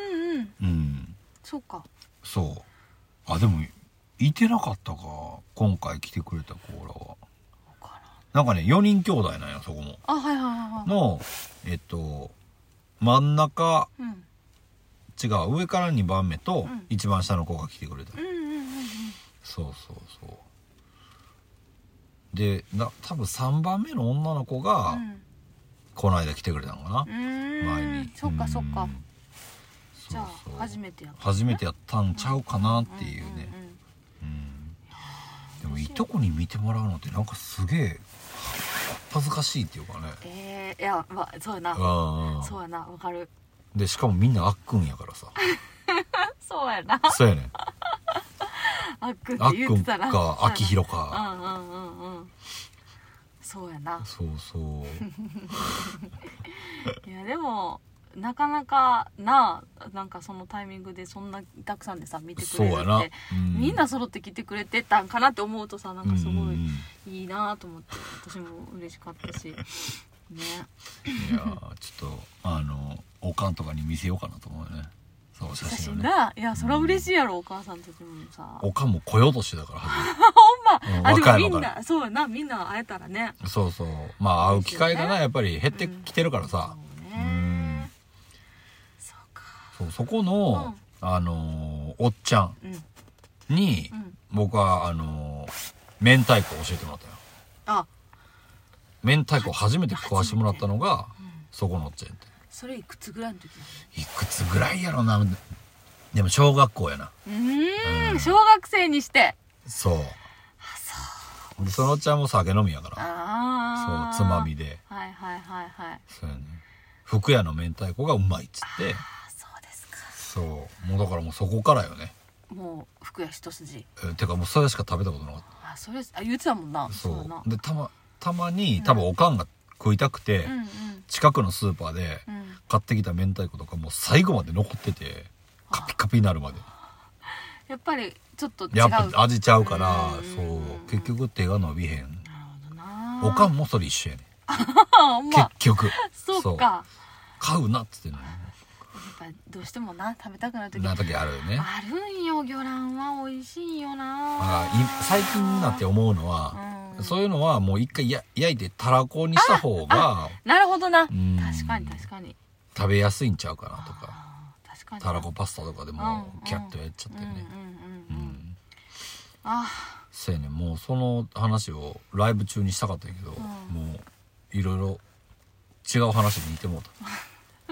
Speaker 2: うんうんうん
Speaker 1: うん、
Speaker 2: そうか
Speaker 1: そうあでもいてなかったか今回来てくれた子らは
Speaker 2: わから
Speaker 1: な
Speaker 2: ん
Speaker 1: んかね4人兄弟なんやそこも
Speaker 2: あはいはいはいはい
Speaker 1: のえっと真ん中
Speaker 2: うん
Speaker 1: 違う上から2番目と
Speaker 2: うん
Speaker 1: 一番下の子が来てくれた、
Speaker 2: うんうんうん
Speaker 1: そうそうそうでな多分3番目の女の子が、
Speaker 2: うん
Speaker 1: この間来てくれたのかな、
Speaker 2: うんうーん
Speaker 1: 前に
Speaker 2: そっかそっ
Speaker 1: う
Speaker 2: か
Speaker 1: んそう
Speaker 2: じゃあ
Speaker 1: そう
Speaker 2: 初めてやった
Speaker 1: 初めてやったんちゃうかなっていうね、
Speaker 2: んん
Speaker 1: うんでもいとこに見てもらうのってなんかすげえ恥ずかしいっていうかね
Speaker 2: えー、いやまあそうやな
Speaker 1: あ
Speaker 2: そうやなわかる
Speaker 1: でしかもみんなあっくんやからさ
Speaker 2: そうやな
Speaker 1: そうやねん
Speaker 2: あっくん
Speaker 1: あ
Speaker 2: っ
Speaker 1: って
Speaker 2: 言
Speaker 1: く
Speaker 2: っ
Speaker 1: ん
Speaker 2: てたな
Speaker 1: か
Speaker 2: そうやな
Speaker 1: 秋広
Speaker 2: う
Speaker 1: か
Speaker 2: んうんうんうんそうやな
Speaker 1: そうそう
Speaker 2: いやでもなかなかななんかそのタイミングでそんなたくさんでさ見てく
Speaker 1: そう
Speaker 2: れる
Speaker 1: やな
Speaker 2: って、みんな揃って来てくれてたんかなって思うとさなんかす
Speaker 1: うん
Speaker 2: ご
Speaker 1: うんうん
Speaker 2: いいいなと思って私も嬉しかっ たしね
Speaker 1: いやーちょっとあのおかんとかに見せようかなと思うよねそう写
Speaker 2: 写
Speaker 1: 真を
Speaker 2: 真
Speaker 1: ね
Speaker 2: ないやそりゃ嬉しいやろお母さんたちもさほん
Speaker 1: おかんも来ようとしてたから初うん
Speaker 2: まあでも
Speaker 1: 若い
Speaker 2: み
Speaker 1: の
Speaker 2: ん
Speaker 1: が
Speaker 2: なそうやなみんな会えたらね
Speaker 1: めそうそうまあ会う機会が
Speaker 2: そうですよ
Speaker 1: な
Speaker 2: ね
Speaker 1: やっぱり減ってきてるからさ、
Speaker 2: そう
Speaker 1: う
Speaker 2: ね
Speaker 1: ん
Speaker 2: そうか
Speaker 1: そうそこの、あのーおっちゃん
Speaker 2: うんうん
Speaker 1: に、僕はあのー明太子を教えてもらったよ
Speaker 2: あ
Speaker 1: 明太子を初めて食わしてもらったのがそこのおっちゃんやっ
Speaker 2: それいくつぐらいの時だ
Speaker 1: ていくつぐらいやろなでも小学校やな
Speaker 2: うーん小学生にして
Speaker 1: そうそでそのおっちゃんも酒飲みやから
Speaker 2: ああ
Speaker 1: そうつまみで
Speaker 2: はいはいはいはい
Speaker 1: そうやね福屋の明太子がうまいっつって
Speaker 2: あそうですか
Speaker 1: そうもうだからもうそこからよね
Speaker 2: もう服屋一筋
Speaker 1: えてかもうそれしか食べたことなかっ
Speaker 2: あそれあ言ってたもんな
Speaker 1: た
Speaker 2: そう
Speaker 1: そ
Speaker 2: やな
Speaker 1: うでたまたまに多分おかんが食いたくて、
Speaker 2: うんうん
Speaker 1: 近くのスーパーで
Speaker 2: うん
Speaker 1: 買ってきた明太子とかもう最後まで残っててカピカピになるまで
Speaker 2: やっぱりちょっと違う
Speaker 1: やっぱ味ちゃうから
Speaker 2: うん
Speaker 1: そう結局手が伸びへん
Speaker 2: なるほどな
Speaker 1: おかんもそれ一緒やね
Speaker 2: あ ほん
Speaker 1: 結
Speaker 2: ま
Speaker 1: 局
Speaker 2: そっか
Speaker 1: 買うなっつってんのに
Speaker 2: やっぱどうしてもな食べたくなる時
Speaker 1: な時あるよね
Speaker 2: あるんよ魚卵は美味しいよな
Speaker 1: あーい最近になって思うのは、
Speaker 2: うん
Speaker 1: そういうのはもう一回や焼いてたらこにした方が
Speaker 2: なるほど
Speaker 1: う
Speaker 2: な
Speaker 1: ん
Speaker 2: 確かに確かに
Speaker 1: 食べやすいんちゃうかなとか
Speaker 2: あー確かに
Speaker 1: たらこパスタとかでも
Speaker 2: うん
Speaker 1: キャッとやっちゃっ
Speaker 2: うん
Speaker 1: て
Speaker 2: うん
Speaker 1: ね
Speaker 2: う
Speaker 1: うん
Speaker 2: うん
Speaker 1: ん
Speaker 2: あ
Speaker 1: そうやねもうその話をライブ中にしたかったんやけど、
Speaker 2: ん
Speaker 1: もういろいろ違う話に似てもう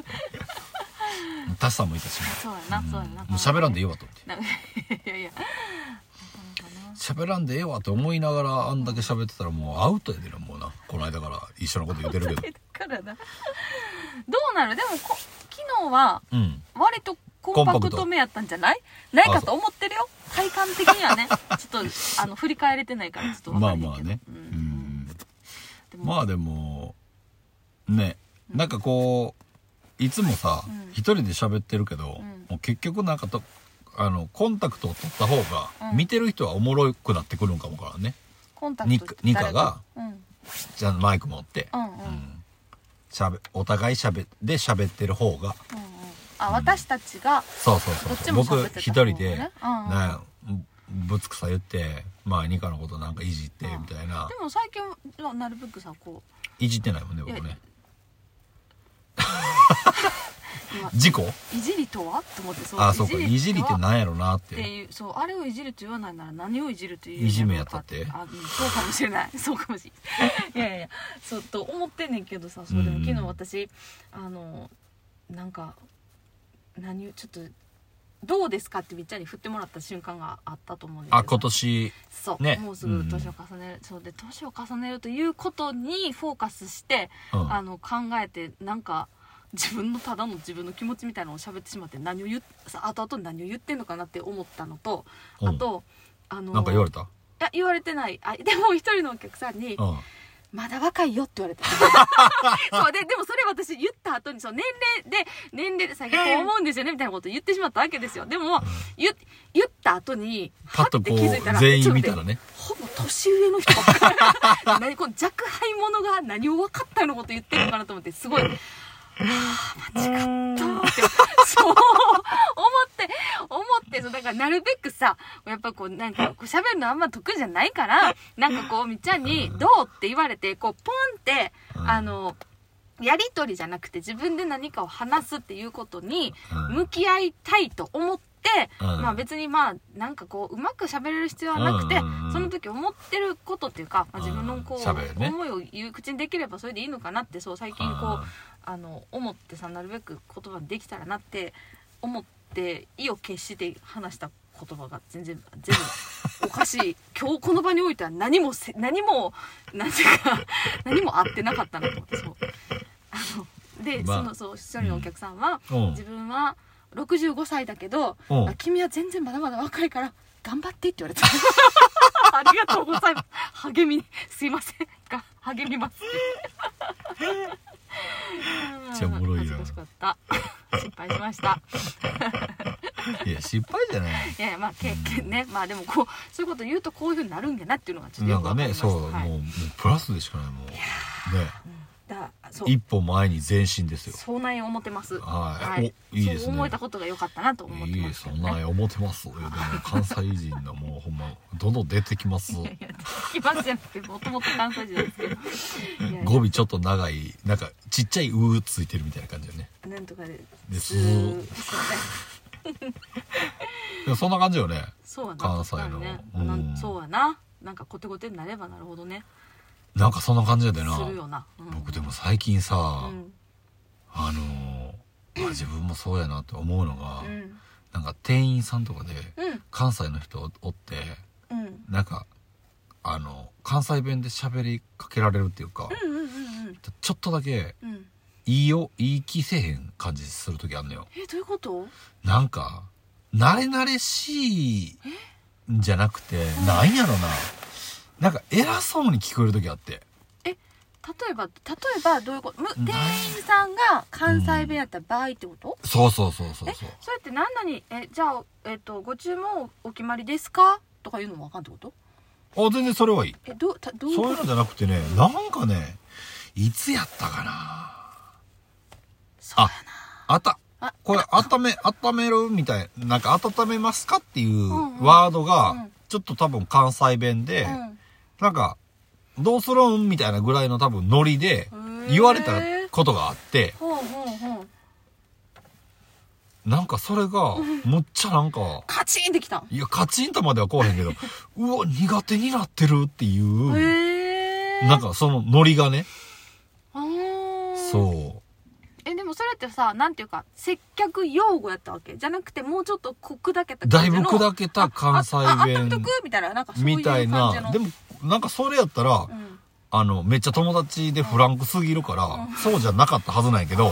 Speaker 1: たタスさんもいたしね
Speaker 2: そうやな
Speaker 1: うん
Speaker 2: そうや
Speaker 1: も
Speaker 2: な
Speaker 1: う喋らんでええわと思って
Speaker 2: なんか いやいやなかなかな
Speaker 1: 喋らんでええわと思いながらあんだけ喋ってたらもうアウトやでなもうなこの間から一緒のこと言ってるけど
Speaker 2: だからなどうなるでもこ昨日は
Speaker 1: うん
Speaker 2: 割とコンパクトめやったんじゃないないかと思ってるよ体感的にはねちょっとあの振り返れてないからちょっと分
Speaker 1: ま
Speaker 2: か
Speaker 1: あ
Speaker 2: んな
Speaker 1: ま
Speaker 2: い
Speaker 1: あ
Speaker 2: けど
Speaker 1: ね
Speaker 2: う
Speaker 1: うんん
Speaker 2: でも
Speaker 1: まあでもねなんかこういつもさ
Speaker 2: うん
Speaker 1: 一人で喋ってるけど、
Speaker 2: うん
Speaker 1: もう結局なんかとあのコンタクトを取った方が
Speaker 2: うん
Speaker 1: 見てる人はおもろくなってくるんかもからね、
Speaker 2: コンタクトって
Speaker 1: ニカ
Speaker 2: 誰
Speaker 1: ニカが
Speaker 2: うんうん
Speaker 1: じゃあマイク持って、
Speaker 2: うんうんうん
Speaker 1: しゃべお互いしゃべで喋ってる方が
Speaker 2: あ私たちが
Speaker 1: そうそうそう
Speaker 2: どっちも
Speaker 1: 僕
Speaker 2: 喋ってた
Speaker 1: 一
Speaker 2: 方がね
Speaker 1: 人で、
Speaker 2: うんうん
Speaker 1: なんやぶつくさ言ってまあニカのことなんかいじってみたいな
Speaker 2: で、も最近はなるべくさこう
Speaker 1: いじってないもんね僕
Speaker 2: いや
Speaker 1: ね
Speaker 2: 今
Speaker 1: 事故
Speaker 2: いじりとはと思ってそう
Speaker 1: あそうかいじり
Speaker 2: と
Speaker 1: っ
Speaker 2: は
Speaker 1: てなんやろなっ
Speaker 2: ってていうそうあれをいじると言わないなら何をいじると言うのか
Speaker 1: いじめやったって
Speaker 2: あうんそうかもしれない そうかもしれないいやいやいやそうと思ってんねんけどさそうで
Speaker 1: う
Speaker 2: も
Speaker 1: ん
Speaker 2: 昨日私あのなんか何ちょっとどうですかってみっちゃんに振ってもらった瞬間があったと思うんです
Speaker 1: あ今年
Speaker 2: そう、
Speaker 1: ね
Speaker 2: もうすぐ年を重ねる、そうで年を重ねるということにフォーカスして、
Speaker 1: うん
Speaker 2: あの考えてなんか自分のただの自分の気持ちみたいなのを喋ってしまって何を言っさ後々何を言ってんのかなって思ったのと、
Speaker 1: うん
Speaker 2: あとあの
Speaker 1: なんか言われ
Speaker 2: い
Speaker 1: た
Speaker 2: や言われてないあでも一人のお客さんに
Speaker 1: うん
Speaker 2: 「まだ若いよ」って言われ たそうででもそれ私言った後にそう年齢で年齢で最近こう思うんですよねみたいなことを言ってしまったわけですよでも言言った後に
Speaker 1: パッとこ
Speaker 2: はって気づいた
Speaker 1: う
Speaker 2: ら
Speaker 1: 全
Speaker 2: ちょ
Speaker 1: 員
Speaker 2: っ
Speaker 1: 見
Speaker 2: と待ったて
Speaker 1: らね
Speaker 2: ほぼ年上の人ばっかり 何この若輩者が何を分かったようなこと言ってるのかなと思ってすごい。はあ間違ったって そう思って思ってそうだからなるべくさやっぱこうなんかこう喋るのあんま得意じゃないからなんかこうみっちゃんに「どう?」って言われてこうポンって
Speaker 1: うん
Speaker 2: あのやり取りじゃなくて自分で何かを話すっていうことに
Speaker 1: うん
Speaker 2: 向き合いたいと思って、
Speaker 1: うん
Speaker 2: まあ別にまあなんかこううまく喋れる必要はなくて、
Speaker 1: うんうんうん
Speaker 2: その時思ってることっていうか、まあ、自分のこ
Speaker 1: うん喋る
Speaker 2: う
Speaker 1: ね
Speaker 2: 思いを言う口にできればそれでいいのかなってそう最近こう
Speaker 1: うん
Speaker 2: あの思ってさなるべく言葉にできたらなって思って意を決して話した言葉が全然全部おかしい今日この場においては何もせ 何も何ていうか何も合ってなかったなと思ってそうあので、
Speaker 1: まあ
Speaker 2: そのそう一人のお客さんは、
Speaker 1: うん
Speaker 2: 自分は65歳だけど、
Speaker 1: うん
Speaker 2: あ君は全然まだまだ若いから頑張ってって言われた ありがとうございます励みにすいませんが励 みます
Speaker 1: っちゃおもろいやん
Speaker 2: 恥ずかしかった失敗しました
Speaker 1: いや失敗じゃない
Speaker 2: いやいやまあ経験ねまあでもこうそういうこと言うとこういうふうになるんやなっていうのがちょっと
Speaker 1: な
Speaker 2: よ
Speaker 1: ん
Speaker 2: く
Speaker 1: か
Speaker 2: わかり
Speaker 1: ね
Speaker 2: ました
Speaker 1: そう、
Speaker 2: はい
Speaker 1: もうもうプラスでしかないもうね
Speaker 2: だそう
Speaker 1: 一歩前に前進ですよ
Speaker 2: そうなんや思ってます
Speaker 1: はいおいいですね
Speaker 2: そう思えたことが良かったなと思っ
Speaker 1: い
Speaker 2: て
Speaker 1: い
Speaker 2: ま
Speaker 1: ですす
Speaker 2: け
Speaker 1: そ
Speaker 2: ど
Speaker 1: ん
Speaker 2: ね
Speaker 1: なん思ってますよでも関西人のもうほんまどんどん出てきます
Speaker 2: いやいや聞きませんってもともと関西人なんですけどいやいや
Speaker 1: 語尾ちょっと長いなんかちっちゃい「う」ついてるみたいな感じだね
Speaker 2: なんとかで
Speaker 1: です
Speaker 2: すそうね
Speaker 1: でもそんな感じよね
Speaker 2: そうやな
Speaker 1: 関西の
Speaker 2: 確かにね
Speaker 1: うん
Speaker 2: なんそうやななんかコテコテになればなるほどね
Speaker 1: なんかそんな感じやですな
Speaker 2: るよな、うん、
Speaker 1: 僕でも最近
Speaker 2: う
Speaker 1: さ、
Speaker 2: ん
Speaker 1: あのーまあ自分もそうやなって思うのが、
Speaker 2: うん
Speaker 1: なんか店員さんとかで
Speaker 2: うん
Speaker 1: 関西の人おって
Speaker 2: うんうん
Speaker 1: なんかあの関西弁で喋りかけられるっていうか、
Speaker 2: うんうんうん
Speaker 1: ちょっとだけ
Speaker 2: うん
Speaker 1: いいよ言い気せえへん感じする時あんのよ
Speaker 2: えどういうこと
Speaker 1: なんか慣れ慣れしいんじゃなくてなんやろななんか偉そうに聞こえる時あって
Speaker 2: 例えば例えばどういうことむ
Speaker 1: うん
Speaker 2: 店員さんが関西弁やった場合ってこと、
Speaker 1: そうそうそうそう
Speaker 2: え
Speaker 1: そう
Speaker 2: それって何々えじゃあ、えっとご注文お決まりですかとか言うのもわかんってこと
Speaker 1: あ全然それはいい
Speaker 2: えどうたどういう
Speaker 1: そう
Speaker 2: こ
Speaker 1: いうの
Speaker 2: と
Speaker 1: じゃなくてねなんかねいつやったかな
Speaker 2: そう
Speaker 1: ああた
Speaker 2: あ
Speaker 1: これ温め温めるみたいなんか温めますかってい
Speaker 2: んうん
Speaker 1: うワード
Speaker 2: う
Speaker 1: が
Speaker 2: ん
Speaker 1: ちょっと多分関西弁で、なんかどうするんみたいなぐらいの多分ノリで
Speaker 2: うん
Speaker 1: 言われた
Speaker 2: へー
Speaker 1: ことがあって
Speaker 2: ほうほうほう
Speaker 1: なんかそれがむっちゃなんか
Speaker 2: カチンってきたん
Speaker 1: いやカチンとまではこうへんけどうわ苦手になってるっていう
Speaker 2: へえ
Speaker 1: なんかそのノリがね
Speaker 2: あー
Speaker 1: そう
Speaker 2: えでもそれってさなんていうか接客用語やったわけじゃなくてもうちょっとこくだけた
Speaker 1: だいぶ
Speaker 2: だ
Speaker 1: 砕けた関西
Speaker 2: あああっと
Speaker 1: 弁
Speaker 2: くみたいななんかそういう
Speaker 1: みたい
Speaker 2: 感じ
Speaker 1: な
Speaker 2: の
Speaker 1: でもなんかそれやったら、
Speaker 2: うん
Speaker 1: あのめっちゃ友達でフランクすぎるから、そうじゃなかったはずなんやけど
Speaker 2: あ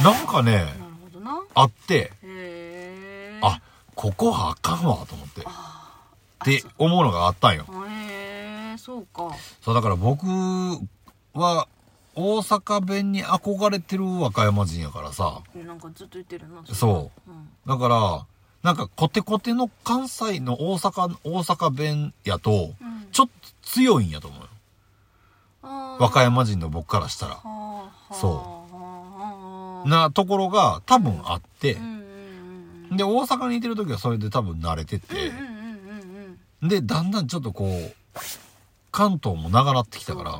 Speaker 2: ー
Speaker 1: なんかね
Speaker 2: なるほどな
Speaker 1: あって
Speaker 2: へえ
Speaker 1: あここはあかんわと思ってっ
Speaker 2: あ
Speaker 1: て
Speaker 2: そ
Speaker 1: 思うのがあったんよ
Speaker 2: うへえそうか
Speaker 1: そうだから僕は大阪弁に憧れてる和歌山人やからさ
Speaker 2: なんかずっと言ってるな、
Speaker 1: そう
Speaker 2: うん、
Speaker 1: だからなんかコテコテの関西の大阪大阪弁やと
Speaker 2: うん
Speaker 1: ちょっと強いんやと思うよ
Speaker 2: あー
Speaker 1: 和歌山人の僕からしたら
Speaker 2: はあはあ
Speaker 1: そう
Speaker 2: はあ
Speaker 1: なところが多分あって
Speaker 2: うんうんうん
Speaker 1: で大阪にいてる時はそれで多分慣れてて
Speaker 2: うんうんうんうんうん
Speaker 1: でだんだんちょっとこう関東も長なってきたか
Speaker 2: そう
Speaker 1: ら
Speaker 2: な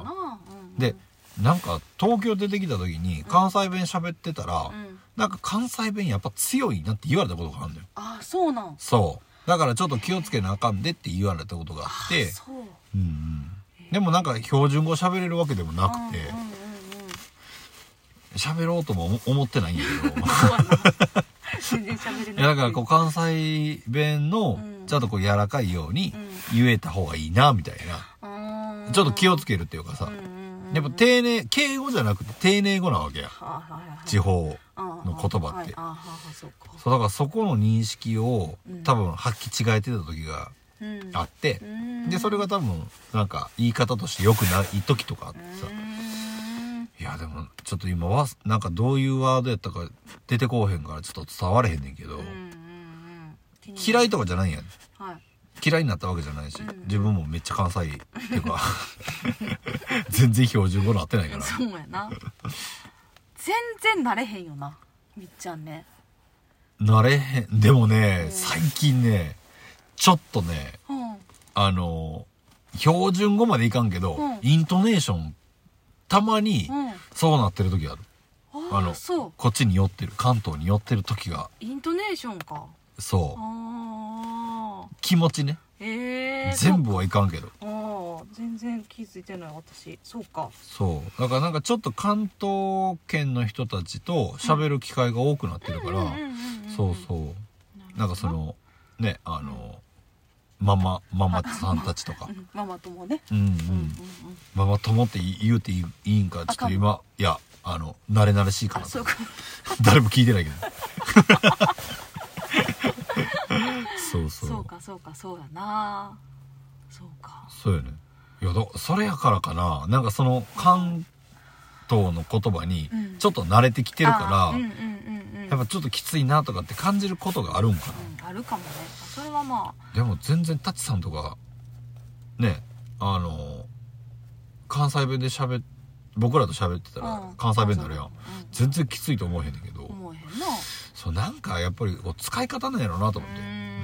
Speaker 2: うんうん
Speaker 1: でなんか東京出てきた時に関西弁喋ってたら
Speaker 2: うん
Speaker 1: なんか関西弁やっぱ強いなって言われたことがあるんだよ
Speaker 2: あそうなん
Speaker 1: そうだからちょっと気をつけなあかんでって言われたことがあ
Speaker 2: あ
Speaker 1: って
Speaker 2: そう
Speaker 1: うんうんでもなんか標準語喋れるわけでもなくて
Speaker 2: うんうんうんうん
Speaker 1: 喋ろうとも思思ってないんやけ ど
Speaker 2: そうやな全然喋れない
Speaker 1: いやだからこう関西弁の
Speaker 2: うん
Speaker 1: ちょっとこう柔らかいように言えた方がいいなみたいな
Speaker 2: うん
Speaker 1: ちょっと気をつけるっていうかさ
Speaker 2: うんうんうん
Speaker 1: やっぱ丁寧敬語じゃなくて丁寧語なわけや
Speaker 2: はあはいはい
Speaker 1: 地方
Speaker 2: の
Speaker 1: 言葉って
Speaker 2: ああはあそうか
Speaker 1: そうだからそこの認識を
Speaker 2: うん
Speaker 1: 多分履き違えてた時が
Speaker 2: うん
Speaker 1: あって
Speaker 2: うん
Speaker 1: でそれが多分なんか言い方として良くない時とかあってさ
Speaker 2: うん
Speaker 1: いやでもちょっと今はなんかどういうワードやったか出てこうへんからちょっと伝われへんねんけど
Speaker 2: うんうんうん
Speaker 1: 嫌いとかじゃないんやん
Speaker 2: はい
Speaker 1: 嫌いになったわけじゃないし
Speaker 2: うん
Speaker 1: 自分もめっちゃ関西っていうか 全然標準語なってないから
Speaker 2: そうやな全然慣れへんよなみっちゃんね
Speaker 1: 慣れへんでもね
Speaker 2: うん
Speaker 1: 最近ねちょっとね
Speaker 2: うんうん
Speaker 1: あの標準語までいかんけど
Speaker 2: うん
Speaker 1: イントネーションたまに
Speaker 2: あ
Speaker 1: そうなってる時あるあ
Speaker 2: あ
Speaker 1: の
Speaker 2: そう
Speaker 1: こっちに寄ってる関東に寄ってる時が
Speaker 2: イントネーションか
Speaker 1: そう
Speaker 2: ああ
Speaker 1: 気持ちね
Speaker 2: ええ
Speaker 1: 全部はいかんけど
Speaker 2: お
Speaker 3: 全然気づいてない私そうか
Speaker 1: そうだからなんかちょっと関東圏の人たちと喋る機会が多くなってるから、そうそうなんかそのねあのママママさんたちとか
Speaker 3: うんママ友ね
Speaker 1: うんうん、
Speaker 3: うんうんうん
Speaker 1: ママ友って言うていいいいんかちょっと今いやあの慣れ慣れしいか
Speaker 3: あ
Speaker 1: な
Speaker 3: そうか
Speaker 1: 誰も聞いて ないけどそうそう
Speaker 2: そうかそうかそうやなそうか
Speaker 1: そうよねいやだそれやからかななんかその関東の言葉に
Speaker 2: うん
Speaker 1: ちょっと慣れてきてる
Speaker 2: あ
Speaker 1: から、
Speaker 2: ーうんうんうんうん
Speaker 1: やっぱちょっときついなとかって感じることがあるんかな
Speaker 2: うんあるかもねそれはまあ
Speaker 1: でも全然タチさんとかねあの関西弁で喋っ僕らと喋ってたら
Speaker 2: うん
Speaker 1: 関西弁になるやん、
Speaker 2: 関西
Speaker 1: 全然きついと思えへんねんけど、
Speaker 2: 弁うん思えへんな
Speaker 1: そうなんかやっぱりこう使い方なんやろなと思って
Speaker 2: うー
Speaker 1: うん
Speaker 2: んなる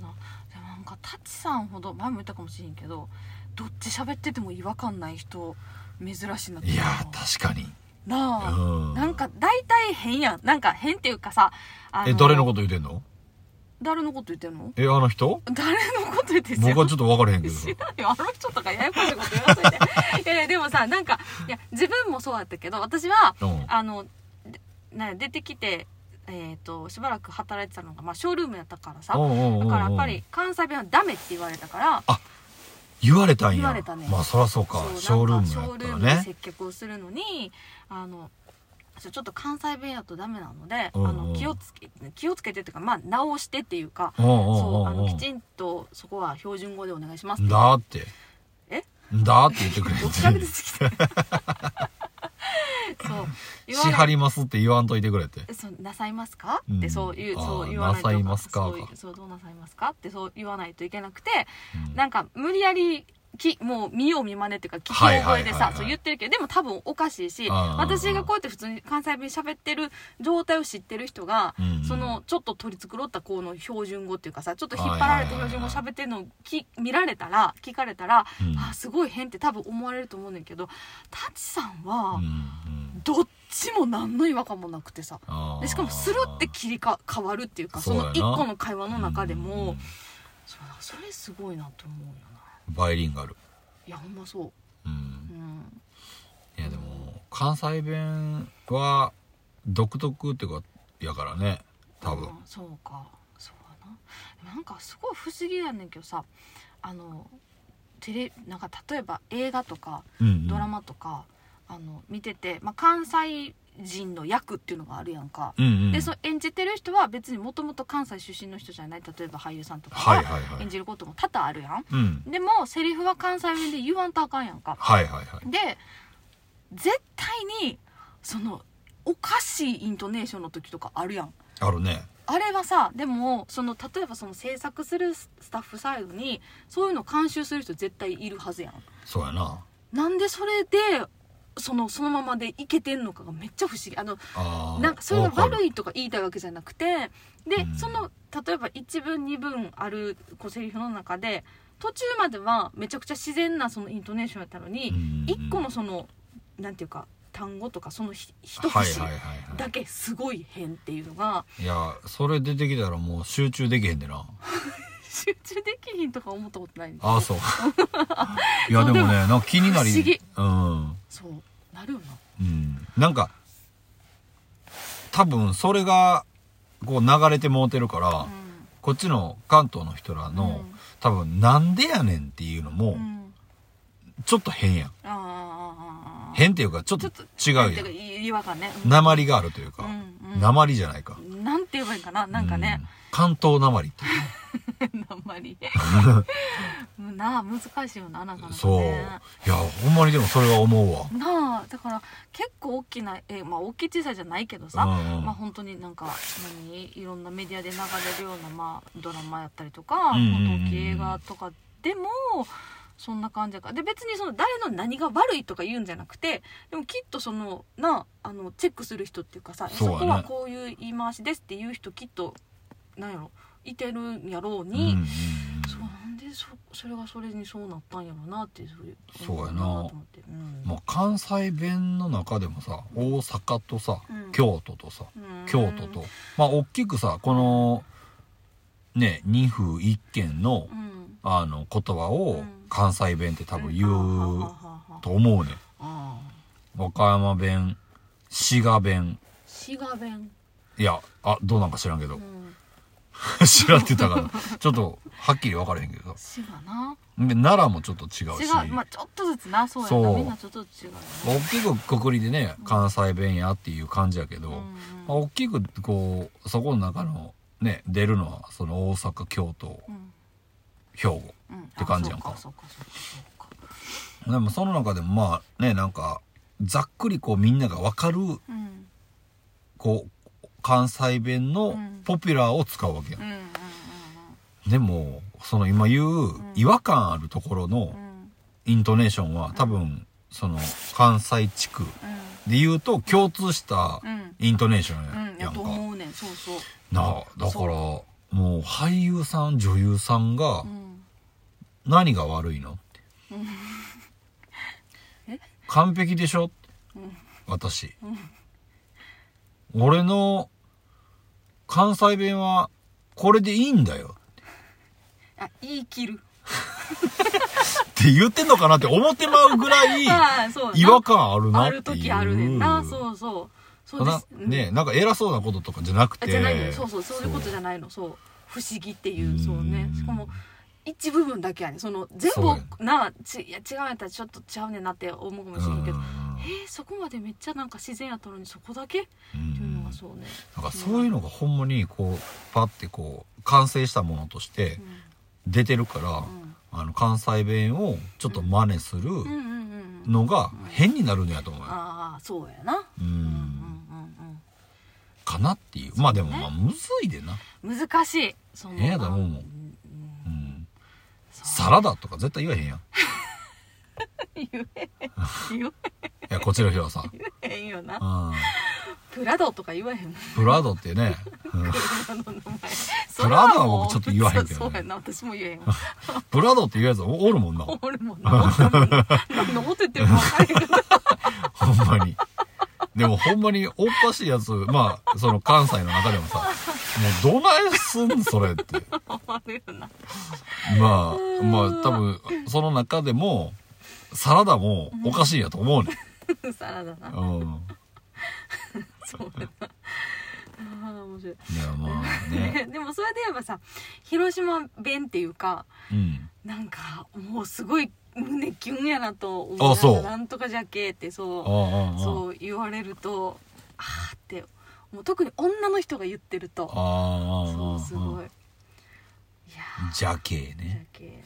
Speaker 2: ほどなでもなんかタチさんほど前も言ったかもしれんけどどっち喋ってても違和感ない人珍しいなって思う
Speaker 1: いやー確かに
Speaker 2: なあ、
Speaker 1: うん
Speaker 2: なんか大体変やんなんか変っていうかさあ
Speaker 1: え誰のこと言うてんの
Speaker 2: 誰のこと言ってんの
Speaker 1: えあの人
Speaker 2: 誰のこと言ってんの
Speaker 1: 僕はちょっと分からへんけど
Speaker 2: 知らんよあの人とかややこしいこと言わせて いやいやでもさなんかいや自分もそうだったけど私は
Speaker 1: うん
Speaker 2: あのでな出てきて、えー、としばらく働いてたのが、まあ、ショールームやったからさだ
Speaker 1: だ
Speaker 2: からやっぱり関西弁はダメって言われたから
Speaker 1: 言われたんや
Speaker 2: 言われたね
Speaker 1: まあそらそうかショールーム
Speaker 2: シ
Speaker 1: や
Speaker 2: ョー
Speaker 1: っ
Speaker 2: ル
Speaker 1: た
Speaker 2: ー
Speaker 1: ら
Speaker 2: ムで
Speaker 1: ね
Speaker 2: 接客をするのにあのちょちょっと関西弁やとダメなので、
Speaker 1: うんうん
Speaker 2: あの気をつけ気をつけてっていうかまあ直してっていうか、
Speaker 1: うんうん
Speaker 2: そうあ
Speaker 1: うん
Speaker 2: の
Speaker 1: う
Speaker 2: き
Speaker 1: ん
Speaker 2: ちんとそこは標準語でお願いします
Speaker 1: だって
Speaker 2: え
Speaker 1: だって言ってくれ
Speaker 2: どっちか
Speaker 1: っ
Speaker 2: 出
Speaker 1: て
Speaker 2: てき たそう
Speaker 1: 「
Speaker 2: 言わ
Speaker 1: し
Speaker 2: な
Speaker 1: はいります」って言わんといてくれて
Speaker 2: そうなさいますか?」
Speaker 1: うん
Speaker 2: ってそう言う、
Speaker 1: あー
Speaker 2: そう言わないと
Speaker 1: なさいますか
Speaker 2: そうそうどうなさいますかってそう言わないといけなくて
Speaker 1: うん
Speaker 2: なんか無理やりきもう見よう見まねっていうか聞き
Speaker 1: はいは
Speaker 2: 覚
Speaker 1: い
Speaker 2: えで
Speaker 1: はいは
Speaker 2: さ
Speaker 1: い
Speaker 2: そう言ってるけどでも多分おかしいし
Speaker 1: あー
Speaker 2: 私がこうやって普通に関西弁喋ってる状態を知ってる人が
Speaker 1: うん
Speaker 2: そのちょっと取り繕ったこの標準語っていうかさちょっと引っ張られて
Speaker 1: はいはいはいはい
Speaker 2: 標準語喋ってるのをき見られたら聞かれたら
Speaker 1: うん
Speaker 2: あーすごい変って多分思われると思うねんだけどタチさんは
Speaker 1: うんうん
Speaker 2: どっちも何の違和感もなくてさ
Speaker 1: あー
Speaker 2: でしかもスルって切りか変わるっていうかそ
Speaker 1: そうや
Speaker 2: の
Speaker 1: な
Speaker 2: 一個の会話の中で
Speaker 1: うんう
Speaker 2: も
Speaker 1: ん
Speaker 2: そうそれすごいなと思うよな
Speaker 1: バイリンガル
Speaker 2: いやほんまそうううんん
Speaker 1: いやでも関西弁は独特っていうかやからね多分
Speaker 2: あそうかそうやななんかすごい不思議やねんけどさあのテレなんか例えば映画とか
Speaker 1: うんうん
Speaker 2: ドラマとか、あの見てて、まあ、関西人の役っていうのがあるやんか、
Speaker 1: うんうん
Speaker 2: でその演じてる人は別にもともと関西出身の人じゃない例えば俳優さんとか
Speaker 1: はい
Speaker 2: が
Speaker 1: はいは
Speaker 2: 演
Speaker 1: い
Speaker 2: じることも多々あるやん
Speaker 1: うん
Speaker 2: でもセリフは関西弁で言わんとあかんやんか
Speaker 1: はいはいはい
Speaker 2: で絶対にそのおかしいイントネーションの時とかあるやん
Speaker 1: あるね
Speaker 2: あれはさでもその例えばその制作するスタッフサイドにそういうの監修する人絶対いるはずやん
Speaker 1: そうやな
Speaker 2: なんでそれでそのそのままでいけてんのかがめっちゃ不思議あの
Speaker 1: あー
Speaker 2: なんかそれが
Speaker 1: わかる
Speaker 2: 悪いとか言いたいわけじゃなくてで、
Speaker 1: うん
Speaker 2: その例えば1文2文あるこうセリフの中で途中まではめちゃくちゃ自然なそのイントネーションやったのに、1個のそのなんていうか単語とかそのひ一節
Speaker 1: はいはいはいはい
Speaker 2: だけすごい変っていうのが
Speaker 1: いやそれ出てきたらもう集中できへんでな
Speaker 2: 集中できひんとか思ったことないんです
Speaker 1: ああ そういやでもねなんか気になり
Speaker 2: 不思議
Speaker 1: うん、
Speaker 2: そうなるよな
Speaker 1: うん、なんか多分それがこう流れてもうてるから、
Speaker 2: う
Speaker 1: こっちの関東の人らの、
Speaker 2: うん
Speaker 1: 多分なんでやねんっていうのも
Speaker 2: ん、うん、
Speaker 1: ちょっと変やん、
Speaker 2: あーあーあーあー
Speaker 1: 変っていうかちょっと違う
Speaker 2: な
Speaker 1: や
Speaker 2: んていうんか違和感ね、うん
Speaker 1: 鉛があるというか、
Speaker 2: うんうん
Speaker 1: 鉛じゃないか
Speaker 2: なんて言えばいいかななんかね
Speaker 1: う、関東鉛っていうか
Speaker 2: あん まりなあ難しいよななかなか、ね、
Speaker 1: そういやほんまにでもそれは思うわ
Speaker 2: なあだから結構大きなえまあ大きい小さいじゃないけどさ、
Speaker 1: うんうん
Speaker 2: まあ本当になんか何いろんなメディアで流れるような、まあ、ドラマやったりとか、
Speaker 1: うんうんうんうん
Speaker 2: 本当大きい映画とかでもそんな感じやからで別にその誰の何が悪いとか言うんじゃなくてでもきっとそのなああのチェックする人っていうかさそ,、
Speaker 1: そうやね
Speaker 2: こはこういう言い回しですっていう人きっとなんやろいてるんやろうに。
Speaker 1: うんうんうん
Speaker 2: そうなんでそそれがそれにそうなったんやろうなってそういう
Speaker 1: そうやな
Speaker 2: 思うと思ってうん
Speaker 1: まあ、関西弁の中でもさ大阪とさ、
Speaker 2: うん
Speaker 1: 京都とさ
Speaker 2: うん
Speaker 1: 京都と、まあ大きくさこのね2府1県の
Speaker 2: うん
Speaker 1: あの言葉
Speaker 2: う
Speaker 1: を
Speaker 2: ん
Speaker 1: 関西弁って多分言
Speaker 2: ん
Speaker 1: うと思うね
Speaker 2: あ
Speaker 1: 和歌山弁滋賀弁
Speaker 4: 滋賀弁
Speaker 1: いやあどうなんか知らんけど
Speaker 2: ー、うん、
Speaker 1: 知らんって言ったからちょっとはっきり分からへんけど
Speaker 4: 滋賀な
Speaker 1: で奈良もちょっと違うし
Speaker 4: 違うまあちょっとずつなそうやな
Speaker 1: そう
Speaker 4: みんなちょっとずつ違うよね
Speaker 1: 大きくくくりでね関西弁やっていう感じやけど、
Speaker 4: うん
Speaker 1: まあ、大きくこうそこの中のね出るのはその大阪京都
Speaker 4: うん
Speaker 1: 兵庫
Speaker 4: うんって
Speaker 1: 感じやんか
Speaker 4: そうかそうかそうかそうか
Speaker 1: でもその中でもまあねなんかざっくりこうみんなが分かる
Speaker 4: うん
Speaker 1: こう関西弁
Speaker 4: う
Speaker 1: の
Speaker 4: ん
Speaker 1: ポピュラーを使うわけや
Speaker 4: うん
Speaker 1: ん、
Speaker 4: うんうん
Speaker 1: でもその今言う違和感あるところ
Speaker 4: う
Speaker 1: の
Speaker 4: ん
Speaker 1: イントネーションは多分その関西地区で言うと共通した
Speaker 4: うんうん
Speaker 1: イントネーショ
Speaker 2: う
Speaker 1: ン
Speaker 2: んや
Speaker 1: やん
Speaker 2: と
Speaker 1: か、
Speaker 2: 思うねんそうそう
Speaker 1: なあだから
Speaker 2: そ
Speaker 1: もう俳優さん女優さんが
Speaker 4: うん
Speaker 1: 何が悪いのって完璧でしょ
Speaker 2: うん
Speaker 1: 私、俺の関西弁はこれでいいんだよ
Speaker 2: あ言い切る
Speaker 1: って言ってんのかなって思ってまうぐ らい
Speaker 2: ああそう
Speaker 1: 違和感あるなっ
Speaker 2: あ
Speaker 1: てい
Speaker 2: る
Speaker 1: う
Speaker 2: 時あるねんなそうそうそうで
Speaker 1: な
Speaker 2: すうん
Speaker 1: ねなんか偉そうなこととかじゃなく
Speaker 2: あ
Speaker 1: て
Speaker 2: じゃないのよそうそうそういうことじ
Speaker 1: ゃ
Speaker 2: ゃないのそう不思議っていうそうねしかも一部分だけやねその全
Speaker 1: そうやね
Speaker 2: 部なちいや違うんやったらちょっとちゃうねんなって思うかもしれんけどえー、そこまでめっちゃなんか自然やったのにそこだけっていうのがそうね
Speaker 1: なんかそういうのがほんまにこうパッてこう完成したものとして出てるから、あの関西弁をちょっと真似する
Speaker 2: うんうんうんうんうん
Speaker 1: のが変になるんやと思うよ、
Speaker 2: ああそうやな
Speaker 1: う
Speaker 2: うんうん
Speaker 1: ん、
Speaker 2: う
Speaker 1: かなっていうまあでも
Speaker 2: そうね
Speaker 1: まあむずいでな、
Speaker 2: んうん難しいその
Speaker 1: ええやだもう
Speaker 2: うん
Speaker 1: うん、
Speaker 2: そう
Speaker 1: サラダとか絶対言えへんやんい
Speaker 2: 言えへん言
Speaker 1: やこちらの人はさ、
Speaker 2: えへんよな
Speaker 1: うん、
Speaker 2: プラドとか言わへ んもん
Speaker 1: プラドってね、うん
Speaker 2: それは
Speaker 1: プラドは
Speaker 2: もう
Speaker 1: 僕ちょっと言わへんけどね
Speaker 2: そうそうやな私も言えへんわ
Speaker 1: プラドって言うやつおおるもんなほ
Speaker 2: 俺もな何のこと言ってるか分からへんけど
Speaker 1: んまにでもほんまにおかしいやつまあその関西の中でもさもうどないすんそれって
Speaker 2: あるよな
Speaker 1: まあまあ多分その中でもサラダもおかしいやと思うね、
Speaker 2: サラダな
Speaker 1: うん、
Speaker 2: そうやなあー面白い
Speaker 1: いやまあね
Speaker 2: でもそれで言えばさ広島弁っていうか
Speaker 1: うん
Speaker 2: なんかもうすごい胸キュンやなと思
Speaker 1: あそう
Speaker 2: なんかなんとかじゃけって
Speaker 1: あ
Speaker 2: そう
Speaker 1: あああ
Speaker 2: そう言われるとああってもう特に女の人が言ってると
Speaker 1: ああ
Speaker 2: そうすごいいやー
Speaker 1: ジャケ
Speaker 2: じゃ
Speaker 1: ね
Speaker 2: け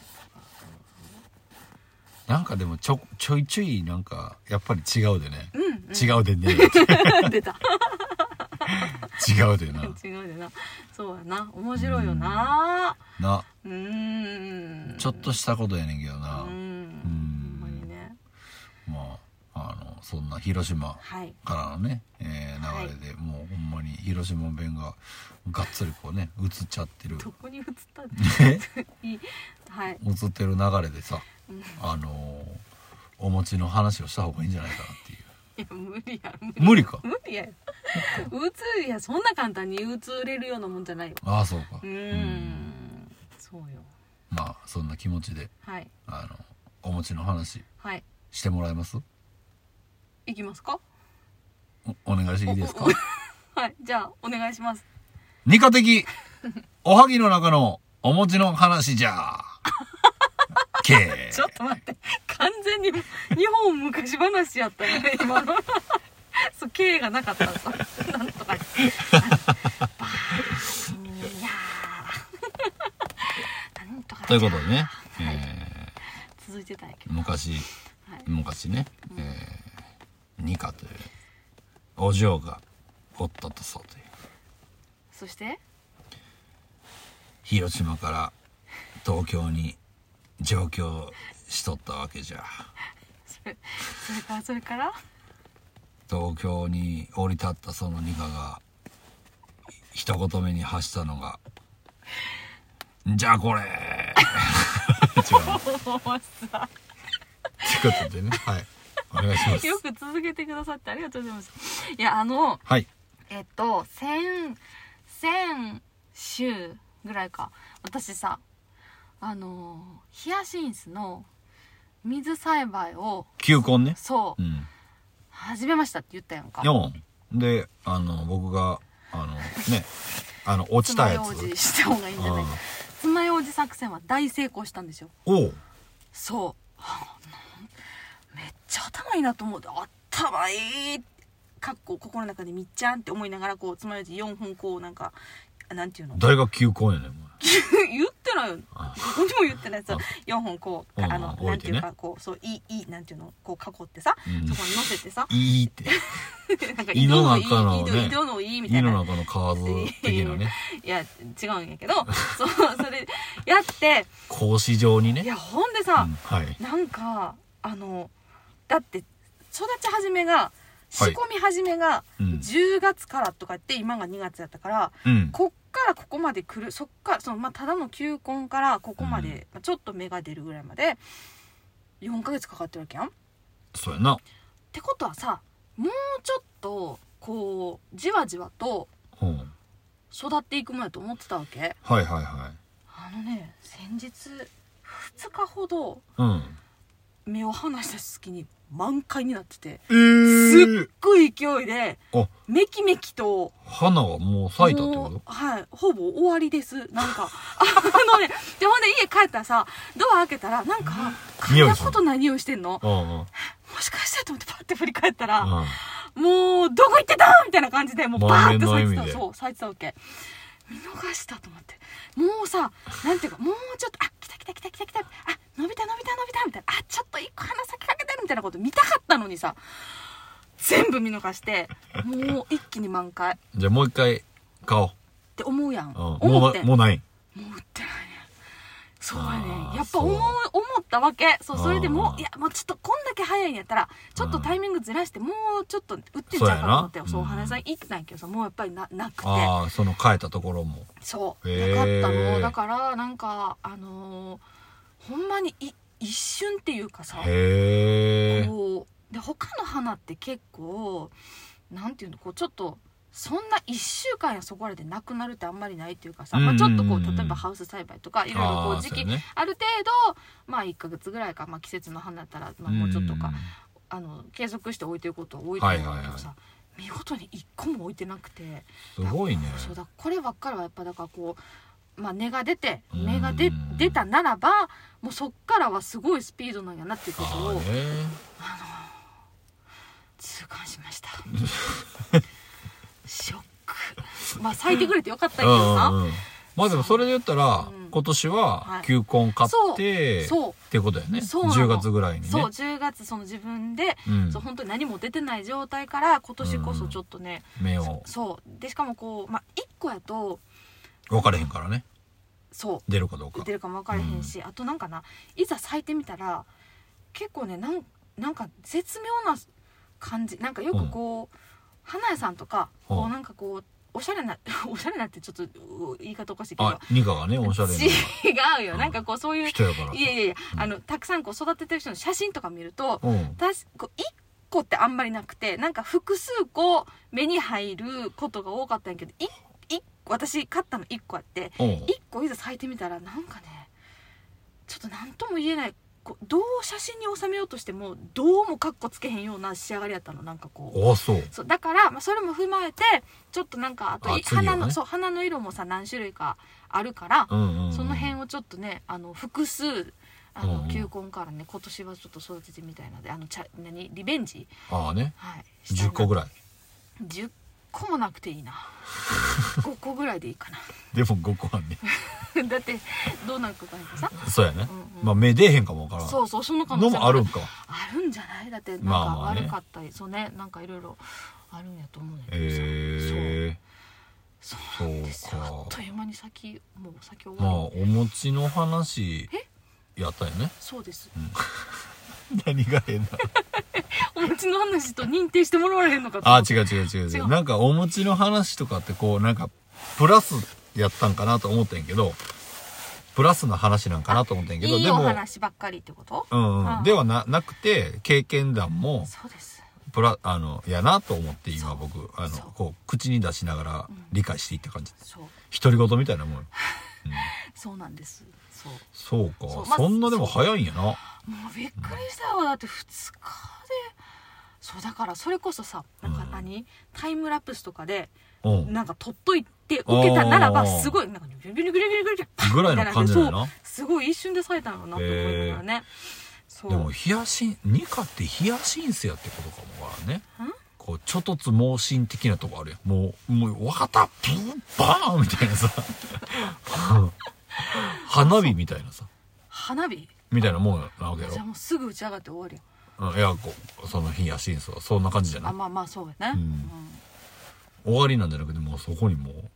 Speaker 1: なんかでもちょちょいちょいなんかやっぱり違うでね、
Speaker 2: うん、うん、
Speaker 1: 違うでね違
Speaker 2: う出た
Speaker 1: うでな
Speaker 2: 違うよなそうやな面白いよな
Speaker 1: な
Speaker 2: うーん
Speaker 1: ちょっとしたことやねんけどな、
Speaker 2: う
Speaker 1: うんん
Speaker 2: ほんまにね
Speaker 1: まああのそんな広島
Speaker 2: はい
Speaker 1: からのね、えー流れで、もうほんまに広島弁ががっつりこうね映っちゃってる
Speaker 2: どこに映ったんだ
Speaker 1: え
Speaker 2: いいはい
Speaker 1: 映ってる流れでさ、あのーお餅の話をした方がいいんじゃないかなっていう
Speaker 2: いや無理や
Speaker 1: 無理か
Speaker 2: 無理やうついやそんな簡単にうつれるようなもんじゃないよ
Speaker 1: ああそうか
Speaker 2: うー
Speaker 1: うん
Speaker 2: んそうよ
Speaker 1: まあそんな気持ちで
Speaker 2: はい
Speaker 1: あのお餅の話
Speaker 2: はい
Speaker 1: してもらえます
Speaker 2: いきますか
Speaker 1: おお願いしていいですか
Speaker 2: おおはいじゃあお願いします
Speaker 1: 二課的、おはぎの中のお餅の話じ ゃ。けー
Speaker 2: ちょっと待って完全に日本昔話やったよね今の そう経営がなかったさなん とかバー ンいやーなんとか
Speaker 1: ということでね、
Speaker 2: はい
Speaker 1: え
Speaker 2: 続いてたんやけ
Speaker 1: ー昔、
Speaker 2: どはい
Speaker 1: 昔ね、えー、二課という、お嬢がおったとそうという、
Speaker 4: そして
Speaker 1: 広島から東京に上京しとったわけじゃ。
Speaker 4: それそれからそれ から
Speaker 1: 東京に降り立ったその二課が一言目に発したのが「じゃあこれ! 」違う
Speaker 4: もうさ
Speaker 1: ということでねはいお願いします
Speaker 4: よく続けてくださってありがとうございますいやあの
Speaker 1: はい
Speaker 4: えっと先先週ぐらいか私さ
Speaker 5: あのヒアシンスの水栽培を
Speaker 1: 球根ね。
Speaker 5: そう
Speaker 1: うん。
Speaker 5: 始めましたって言ったやんか
Speaker 1: 4。で、あの、僕が、あの、ね、あの、落ちた
Speaker 5: 爪
Speaker 1: や
Speaker 5: 楊
Speaker 1: つ。
Speaker 5: 枝した方がいいんじゃない
Speaker 1: ああ
Speaker 5: 爪楊枝作戦は大成功したんですよ
Speaker 1: おう。
Speaker 5: そうあなんめっちゃ頭いいなと思って頭いい
Speaker 2: かっこ心の中でみっちゃんって思いながらこうつまようじ4本こうなんかなんていうの
Speaker 1: 誰が球根やねん、
Speaker 2: 言ってないよど
Speaker 1: あ
Speaker 2: こにも言ってないそう4本こうか
Speaker 1: うん
Speaker 2: あの
Speaker 1: 置いてね
Speaker 2: なんていうかこうそういいいいなんていうのこう囲ってさ
Speaker 1: お前。うん
Speaker 2: そこに乗 せてさ
Speaker 1: いいって。
Speaker 2: なんか
Speaker 1: 井
Speaker 2: 色
Speaker 1: の
Speaker 2: のいい
Speaker 1: 中のね
Speaker 2: 井戸のいいみた
Speaker 1: 家
Speaker 2: いな
Speaker 1: の中のカーズ的なね、
Speaker 2: いや違うん やけどそうそれやって
Speaker 1: 格子状に
Speaker 2: い
Speaker 1: ね。
Speaker 2: やほんで
Speaker 1: う
Speaker 2: さ、
Speaker 1: んはい。
Speaker 2: なんかあのだって育ち始めが仕
Speaker 1: はい
Speaker 2: 込み始めが
Speaker 1: うん。
Speaker 2: 10月からとかって今が2月やったから
Speaker 1: うん。
Speaker 2: こっからここまで来るそっからその、まあ、ただの球根からここまで、まあちょっと芽が出るぐらいまで4ヶ月かかってるわけやん。っ
Speaker 1: そうやな。
Speaker 2: てことはさもうちょっとこうじわじわと
Speaker 1: うん。
Speaker 2: 育っていくもんやと思ってたわけ
Speaker 1: はいはいは
Speaker 2: あのね先日2日ほど
Speaker 1: い。うん。
Speaker 2: 目を離した隙に満開になってて
Speaker 1: え
Speaker 2: すっ
Speaker 1: ー、
Speaker 2: ごい勢いで
Speaker 1: あ
Speaker 2: めきめきと
Speaker 1: 花はもう咲いたって
Speaker 2: もう
Speaker 1: こ
Speaker 2: はいほぼ終わりですなんか あのねでほんで家帰ったらさドア開けたらなんか
Speaker 1: 匂
Speaker 2: 嗅
Speaker 1: い
Speaker 2: い
Speaker 1: す
Speaker 2: だ
Speaker 1: る
Speaker 2: ことない匂いしてんの
Speaker 1: とうん
Speaker 2: もしかしてと思ってパッて振り返ったら、
Speaker 1: うん。うん。
Speaker 2: もうどこ行ってたみたいな感じでもうバーって咲いて
Speaker 1: 満面の笑み
Speaker 2: た
Speaker 1: で
Speaker 2: そう咲いてたわけ見逃したと思ってもうさなんていうかもうちょっとあ来た来た来た来た来たあ伸びた伸びた伸びたみたいなあちょっと一個花咲きかけてるみたいなこと見たかったのにさ全部見逃してもう一気に満開っ
Speaker 1: じゃあもう一回買おう。
Speaker 2: て思うやん
Speaker 1: うん。も
Speaker 2: 思
Speaker 1: う
Speaker 2: って
Speaker 1: な、
Speaker 2: んも
Speaker 1: もうない。
Speaker 2: う売ってないねそうや
Speaker 1: あ
Speaker 2: ね
Speaker 1: ー
Speaker 2: やっぱ思う
Speaker 1: そう
Speaker 2: 思ったわけそうそれで
Speaker 1: あ
Speaker 2: も
Speaker 1: ー
Speaker 2: ういやもうちょっとこんだけ早いんやったらちょっとタイミングずらしてもうちょっと売ってんちゃうかなと思って
Speaker 1: そ
Speaker 2: そうう
Speaker 1: やな
Speaker 2: お花屋さん行ってないけどさもうやっぱりななくて
Speaker 1: ああ、その変えたところも。
Speaker 2: そう
Speaker 1: へー
Speaker 2: なかったのだからなんかあのーほんまにい一瞬っていうかさ
Speaker 1: へえ。
Speaker 2: こうで他の花って結構なんていうのこうちょっとそんな1週間やそこらでなくなるってあんまりないっていうかさ、まあ、ちょっとこ
Speaker 1: うんうんうん
Speaker 2: う例えばハウス栽培とかいろいろこ
Speaker 1: あ
Speaker 2: う
Speaker 1: ーそ
Speaker 2: 時
Speaker 1: う
Speaker 2: 期
Speaker 1: やね
Speaker 2: ある程度まあ1ヶ月ぐらいか、まあ、季節の花だったら、まあ、
Speaker 1: ん
Speaker 2: もうちょっとかあの継続して置いてることは多いと思うんだけどさ、見事に1個も置いてなくて
Speaker 1: すごいね。
Speaker 2: そうだこればっかりはやっぱだからこう、まあ、根が出て
Speaker 1: うん
Speaker 2: 芽が出出たならばもうそっからはすごいスピードなんやなっていうこと
Speaker 1: ああ
Speaker 2: を
Speaker 1: ね。
Speaker 2: 痛感しました ショックまあ咲いてくれてよかったけ
Speaker 1: う
Speaker 2: ど
Speaker 1: ん
Speaker 2: さ
Speaker 1: うんうん。まあでもそれで言ったら
Speaker 2: うん、
Speaker 1: 今年
Speaker 2: は
Speaker 1: はい球根買って、っ
Speaker 2: そ
Speaker 1: てことだよね。
Speaker 2: そうなの
Speaker 1: 10月ぐらいに
Speaker 2: う
Speaker 1: ね。
Speaker 2: そう10月その自分で、
Speaker 1: うん
Speaker 2: そう本当に何も出てない状態から今年こそちょっとね、
Speaker 1: 目を
Speaker 2: そうでしかもこう、まあ、1個やと
Speaker 1: 分かれへんからね
Speaker 2: そう
Speaker 1: 出るかどう
Speaker 2: 出
Speaker 1: か
Speaker 2: てるかも分からへんし、あとなんかないざ咲いてみたら結構ねなんなんか絶妙な感じなんかよくこう、花屋さんとか、
Speaker 1: うん
Speaker 2: こうなんかこうおしゃれな おしゃれなってちょっとう言い方おかしいけど
Speaker 1: あニカがねおしゃれな
Speaker 2: 違うよ、
Speaker 1: うん
Speaker 2: なんかこうそういうい
Speaker 1: 人やから
Speaker 2: やいやいや、
Speaker 1: うん
Speaker 2: あのたくさんこう育ててる人の写真とか見ると
Speaker 1: うん
Speaker 2: たしこう1個ってあんまりなくてなんか複数個目に入ることが多かったんやけどい一個私買ったの1個あって
Speaker 1: うん
Speaker 2: 一個いざ咲いてみたらなんかねちょっと何とも言えないこうどう写真に収めようとしてもどうもカッコつけへんような仕上がりやったのなんかこう
Speaker 1: おあそう
Speaker 2: そうだから、まあ、それも踏まえてちょっとなんかあとい
Speaker 1: あ次はね
Speaker 2: 花のそう花の色もさ何種類かあるから、
Speaker 1: うんうんうん
Speaker 2: その辺をちょっとねあの複数あ
Speaker 1: うんう
Speaker 2: の
Speaker 1: ん
Speaker 2: 球根からね今年はちょっと育ててみたいのであのちゃ何リベンジ、
Speaker 1: ああね
Speaker 2: はい、した
Speaker 1: 10
Speaker 2: いな
Speaker 1: 個ぐらい
Speaker 2: 10個もなくていいな5個ぐらいでいいかな
Speaker 1: でも5個あんね
Speaker 2: だってどうなるかわからんけどさ
Speaker 1: そうやね
Speaker 2: うんうん
Speaker 1: まあ目出えへんかもわからん
Speaker 2: そうそうその可能
Speaker 1: の
Speaker 2: 性
Speaker 1: もある
Speaker 2: あ
Speaker 1: ん
Speaker 2: る
Speaker 1: か
Speaker 2: あるんじゃないだってなん
Speaker 1: まあ
Speaker 2: か
Speaker 1: まあね
Speaker 2: 悪かったり、そうねなんかいろいろあるんやと思うんやけどさ、
Speaker 1: ええ
Speaker 2: そう
Speaker 1: そう
Speaker 2: ですよあっ
Speaker 1: か
Speaker 2: という間に先もう先終
Speaker 1: まあ
Speaker 2: わり
Speaker 1: お餅の話やったよ ね
Speaker 2: そうです
Speaker 1: 何が変な
Speaker 2: お餅の話と認定してもらわれへんのかと思
Speaker 1: あ
Speaker 2: って
Speaker 1: 違う違う違う違
Speaker 2: 違
Speaker 1: う
Speaker 2: う
Speaker 1: なんかお餅の話とかってこうなんかプラスやったんかなと思ってんけどプラスの話なんかなと思ってんけど
Speaker 2: いい
Speaker 1: で
Speaker 2: お
Speaker 1: も
Speaker 2: 話ばっかりってこと
Speaker 1: うんう、
Speaker 2: うんん
Speaker 1: ではななくて経験談も
Speaker 2: そうです
Speaker 1: プラあのやなと思って今僕あの
Speaker 2: そう
Speaker 1: こう口に出しながら理解していった感じ
Speaker 2: そう
Speaker 1: 独り言みたいなもんよ、
Speaker 2: そうなんですそう
Speaker 1: そうか
Speaker 2: そ
Speaker 1: そ,、
Speaker 2: うまあ
Speaker 1: んなでも早いんやな
Speaker 2: もうびっくりしたよだって2日でそうだからそれこそさなんか
Speaker 1: うん
Speaker 2: 何、タイムラプスとかで
Speaker 1: うん
Speaker 2: なんか取っといて受けたならば
Speaker 1: あー
Speaker 2: すごいなんかビュビュビュビュビュビュビュパッ
Speaker 1: ぐらいの感じだよな
Speaker 2: すごい一瞬で咲いたのなと思いながらね、そう
Speaker 1: でもヒヤシンニカってヒヤシンスやってことかもわからんね
Speaker 2: ん
Speaker 1: こうちょっとつ盲信的なとこあるやんもうもうわかったブーバーンみたいなさ うん花火みたいなさ
Speaker 2: 花火
Speaker 1: みたいなもんなわけよ
Speaker 2: じゃあもうすぐ打ち上がって終わるよ
Speaker 1: うんいやこうそのヒヤシンスはそんな感じじゃな
Speaker 2: あ
Speaker 1: い
Speaker 2: まあまあそうやね、
Speaker 1: うん終わりなんじゃなくてもうそこにもう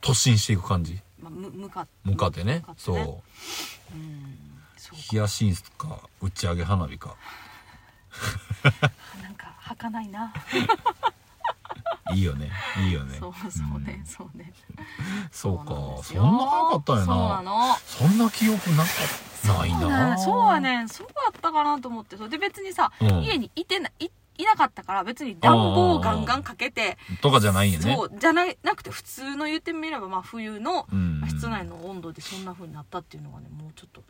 Speaker 1: 突進していく感じ
Speaker 2: まあ、む向かって
Speaker 1: 向かってねそう
Speaker 2: う、うん、そう
Speaker 1: ヒヤシンスか打ち上げ花火 か
Speaker 2: かなんか儚いな、
Speaker 1: いいよねいいよね
Speaker 2: そうそうね、そうね
Speaker 1: そう
Speaker 2: そうなん
Speaker 1: か
Speaker 2: です
Speaker 1: そん
Speaker 2: よ
Speaker 1: な早かったんや
Speaker 2: そうな
Speaker 1: な
Speaker 2: の
Speaker 1: そんな記憶なかないな
Speaker 2: そうはねそうやったかなと思ってそれで別にさ、
Speaker 1: うん
Speaker 2: 家にいてないいなかったから別に暖房をガンガンかけて
Speaker 1: とかじゃないんやね
Speaker 2: そうじゃないなくて普通の言ってみればまあ冬の
Speaker 1: うん
Speaker 2: まあ室内の温度でそんな風になったっていうのがねもうちょっと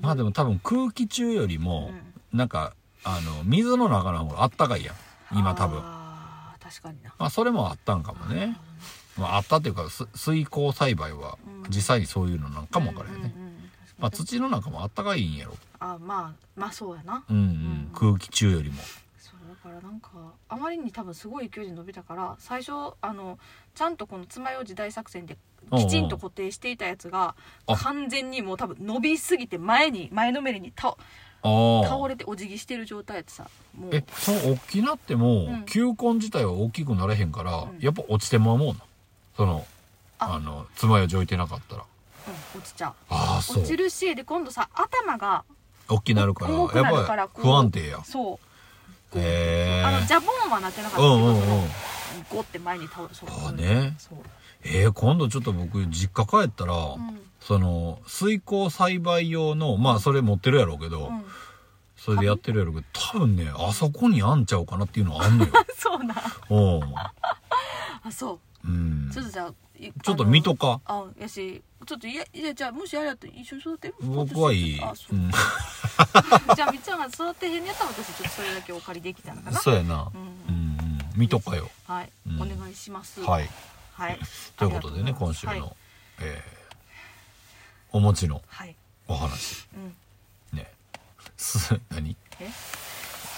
Speaker 1: まあでも多分空気中よりもなんかあの水の中の方があったかいやん今多分
Speaker 2: あー確かにな
Speaker 1: まあそれもあったんかもねまああったっていうかす水耕栽培は
Speaker 2: うん
Speaker 1: 実際にそういうのなんかもわからへんね
Speaker 2: うんうんうん確かに
Speaker 1: まあ土の中もあったかいんやろ
Speaker 2: あまあまあそうやな
Speaker 1: うんうん空気中よりも
Speaker 2: そうだからなんかあまりに多分すごい勢いで伸びたから最初あのちゃんとこの爪楊枝大作戦できちんと固定していたやつが
Speaker 1: うんうんあ
Speaker 2: 完全にもう多分伸びすぎて前に前のめりに倒
Speaker 1: ああ
Speaker 2: 倒れてお辞儀してる状態やってさもう
Speaker 1: えその大きなっても、
Speaker 2: うん
Speaker 1: 球根自体は大きくなれへんから、
Speaker 2: うん
Speaker 1: やっぱ落ちてまうもんなその
Speaker 2: あ
Speaker 1: あの爪楊枝置いてなかったら
Speaker 2: うん落ちちゃう
Speaker 1: ああそ
Speaker 2: 落
Speaker 1: う
Speaker 2: ちるしで今度さ頭が
Speaker 1: 大きなるから
Speaker 2: 重くな
Speaker 1: や
Speaker 2: る
Speaker 1: っ
Speaker 2: か
Speaker 1: ぱ
Speaker 2: ら
Speaker 1: り
Speaker 2: こう
Speaker 1: 不安定や
Speaker 2: そう
Speaker 1: へ
Speaker 2: あの
Speaker 1: え
Speaker 2: ジャボンはなってなかったけ
Speaker 1: うんう
Speaker 2: ど
Speaker 1: んうん
Speaker 2: そのゴって前に倒れそう
Speaker 1: ああね
Speaker 2: そう、
Speaker 1: えー、今度ちょっと僕実家帰ったら、
Speaker 2: うん
Speaker 1: その水耕栽培用のまあそれ持ってるやろうけど、
Speaker 2: うん、
Speaker 1: それでやってるやろうけど多分ねあそこにあんちゃうかなっていうのはあん のよ
Speaker 2: そうな
Speaker 1: お
Speaker 2: あそう
Speaker 1: ううん
Speaker 2: ちょっとじゃあい
Speaker 1: ちょっと
Speaker 2: あの
Speaker 1: 見とか
Speaker 2: あやしちょっといやいやじゃあもしあれやったら一緒に育てる
Speaker 1: 僕はいい、
Speaker 2: あ
Speaker 1: う
Speaker 2: そう、
Speaker 1: ん、
Speaker 2: じゃあみっちゃんが育てへんやったら私ちょっとそれだけお借りできたのかな
Speaker 1: そうやな
Speaker 2: う、ん
Speaker 1: うんうん、見とかよ
Speaker 2: はい、
Speaker 1: うん
Speaker 2: お願いします
Speaker 1: はい
Speaker 2: はい
Speaker 1: ということでね今週の、
Speaker 2: はい、
Speaker 1: えーお餅の
Speaker 2: はい
Speaker 1: お話
Speaker 2: うん
Speaker 1: ね す何
Speaker 2: え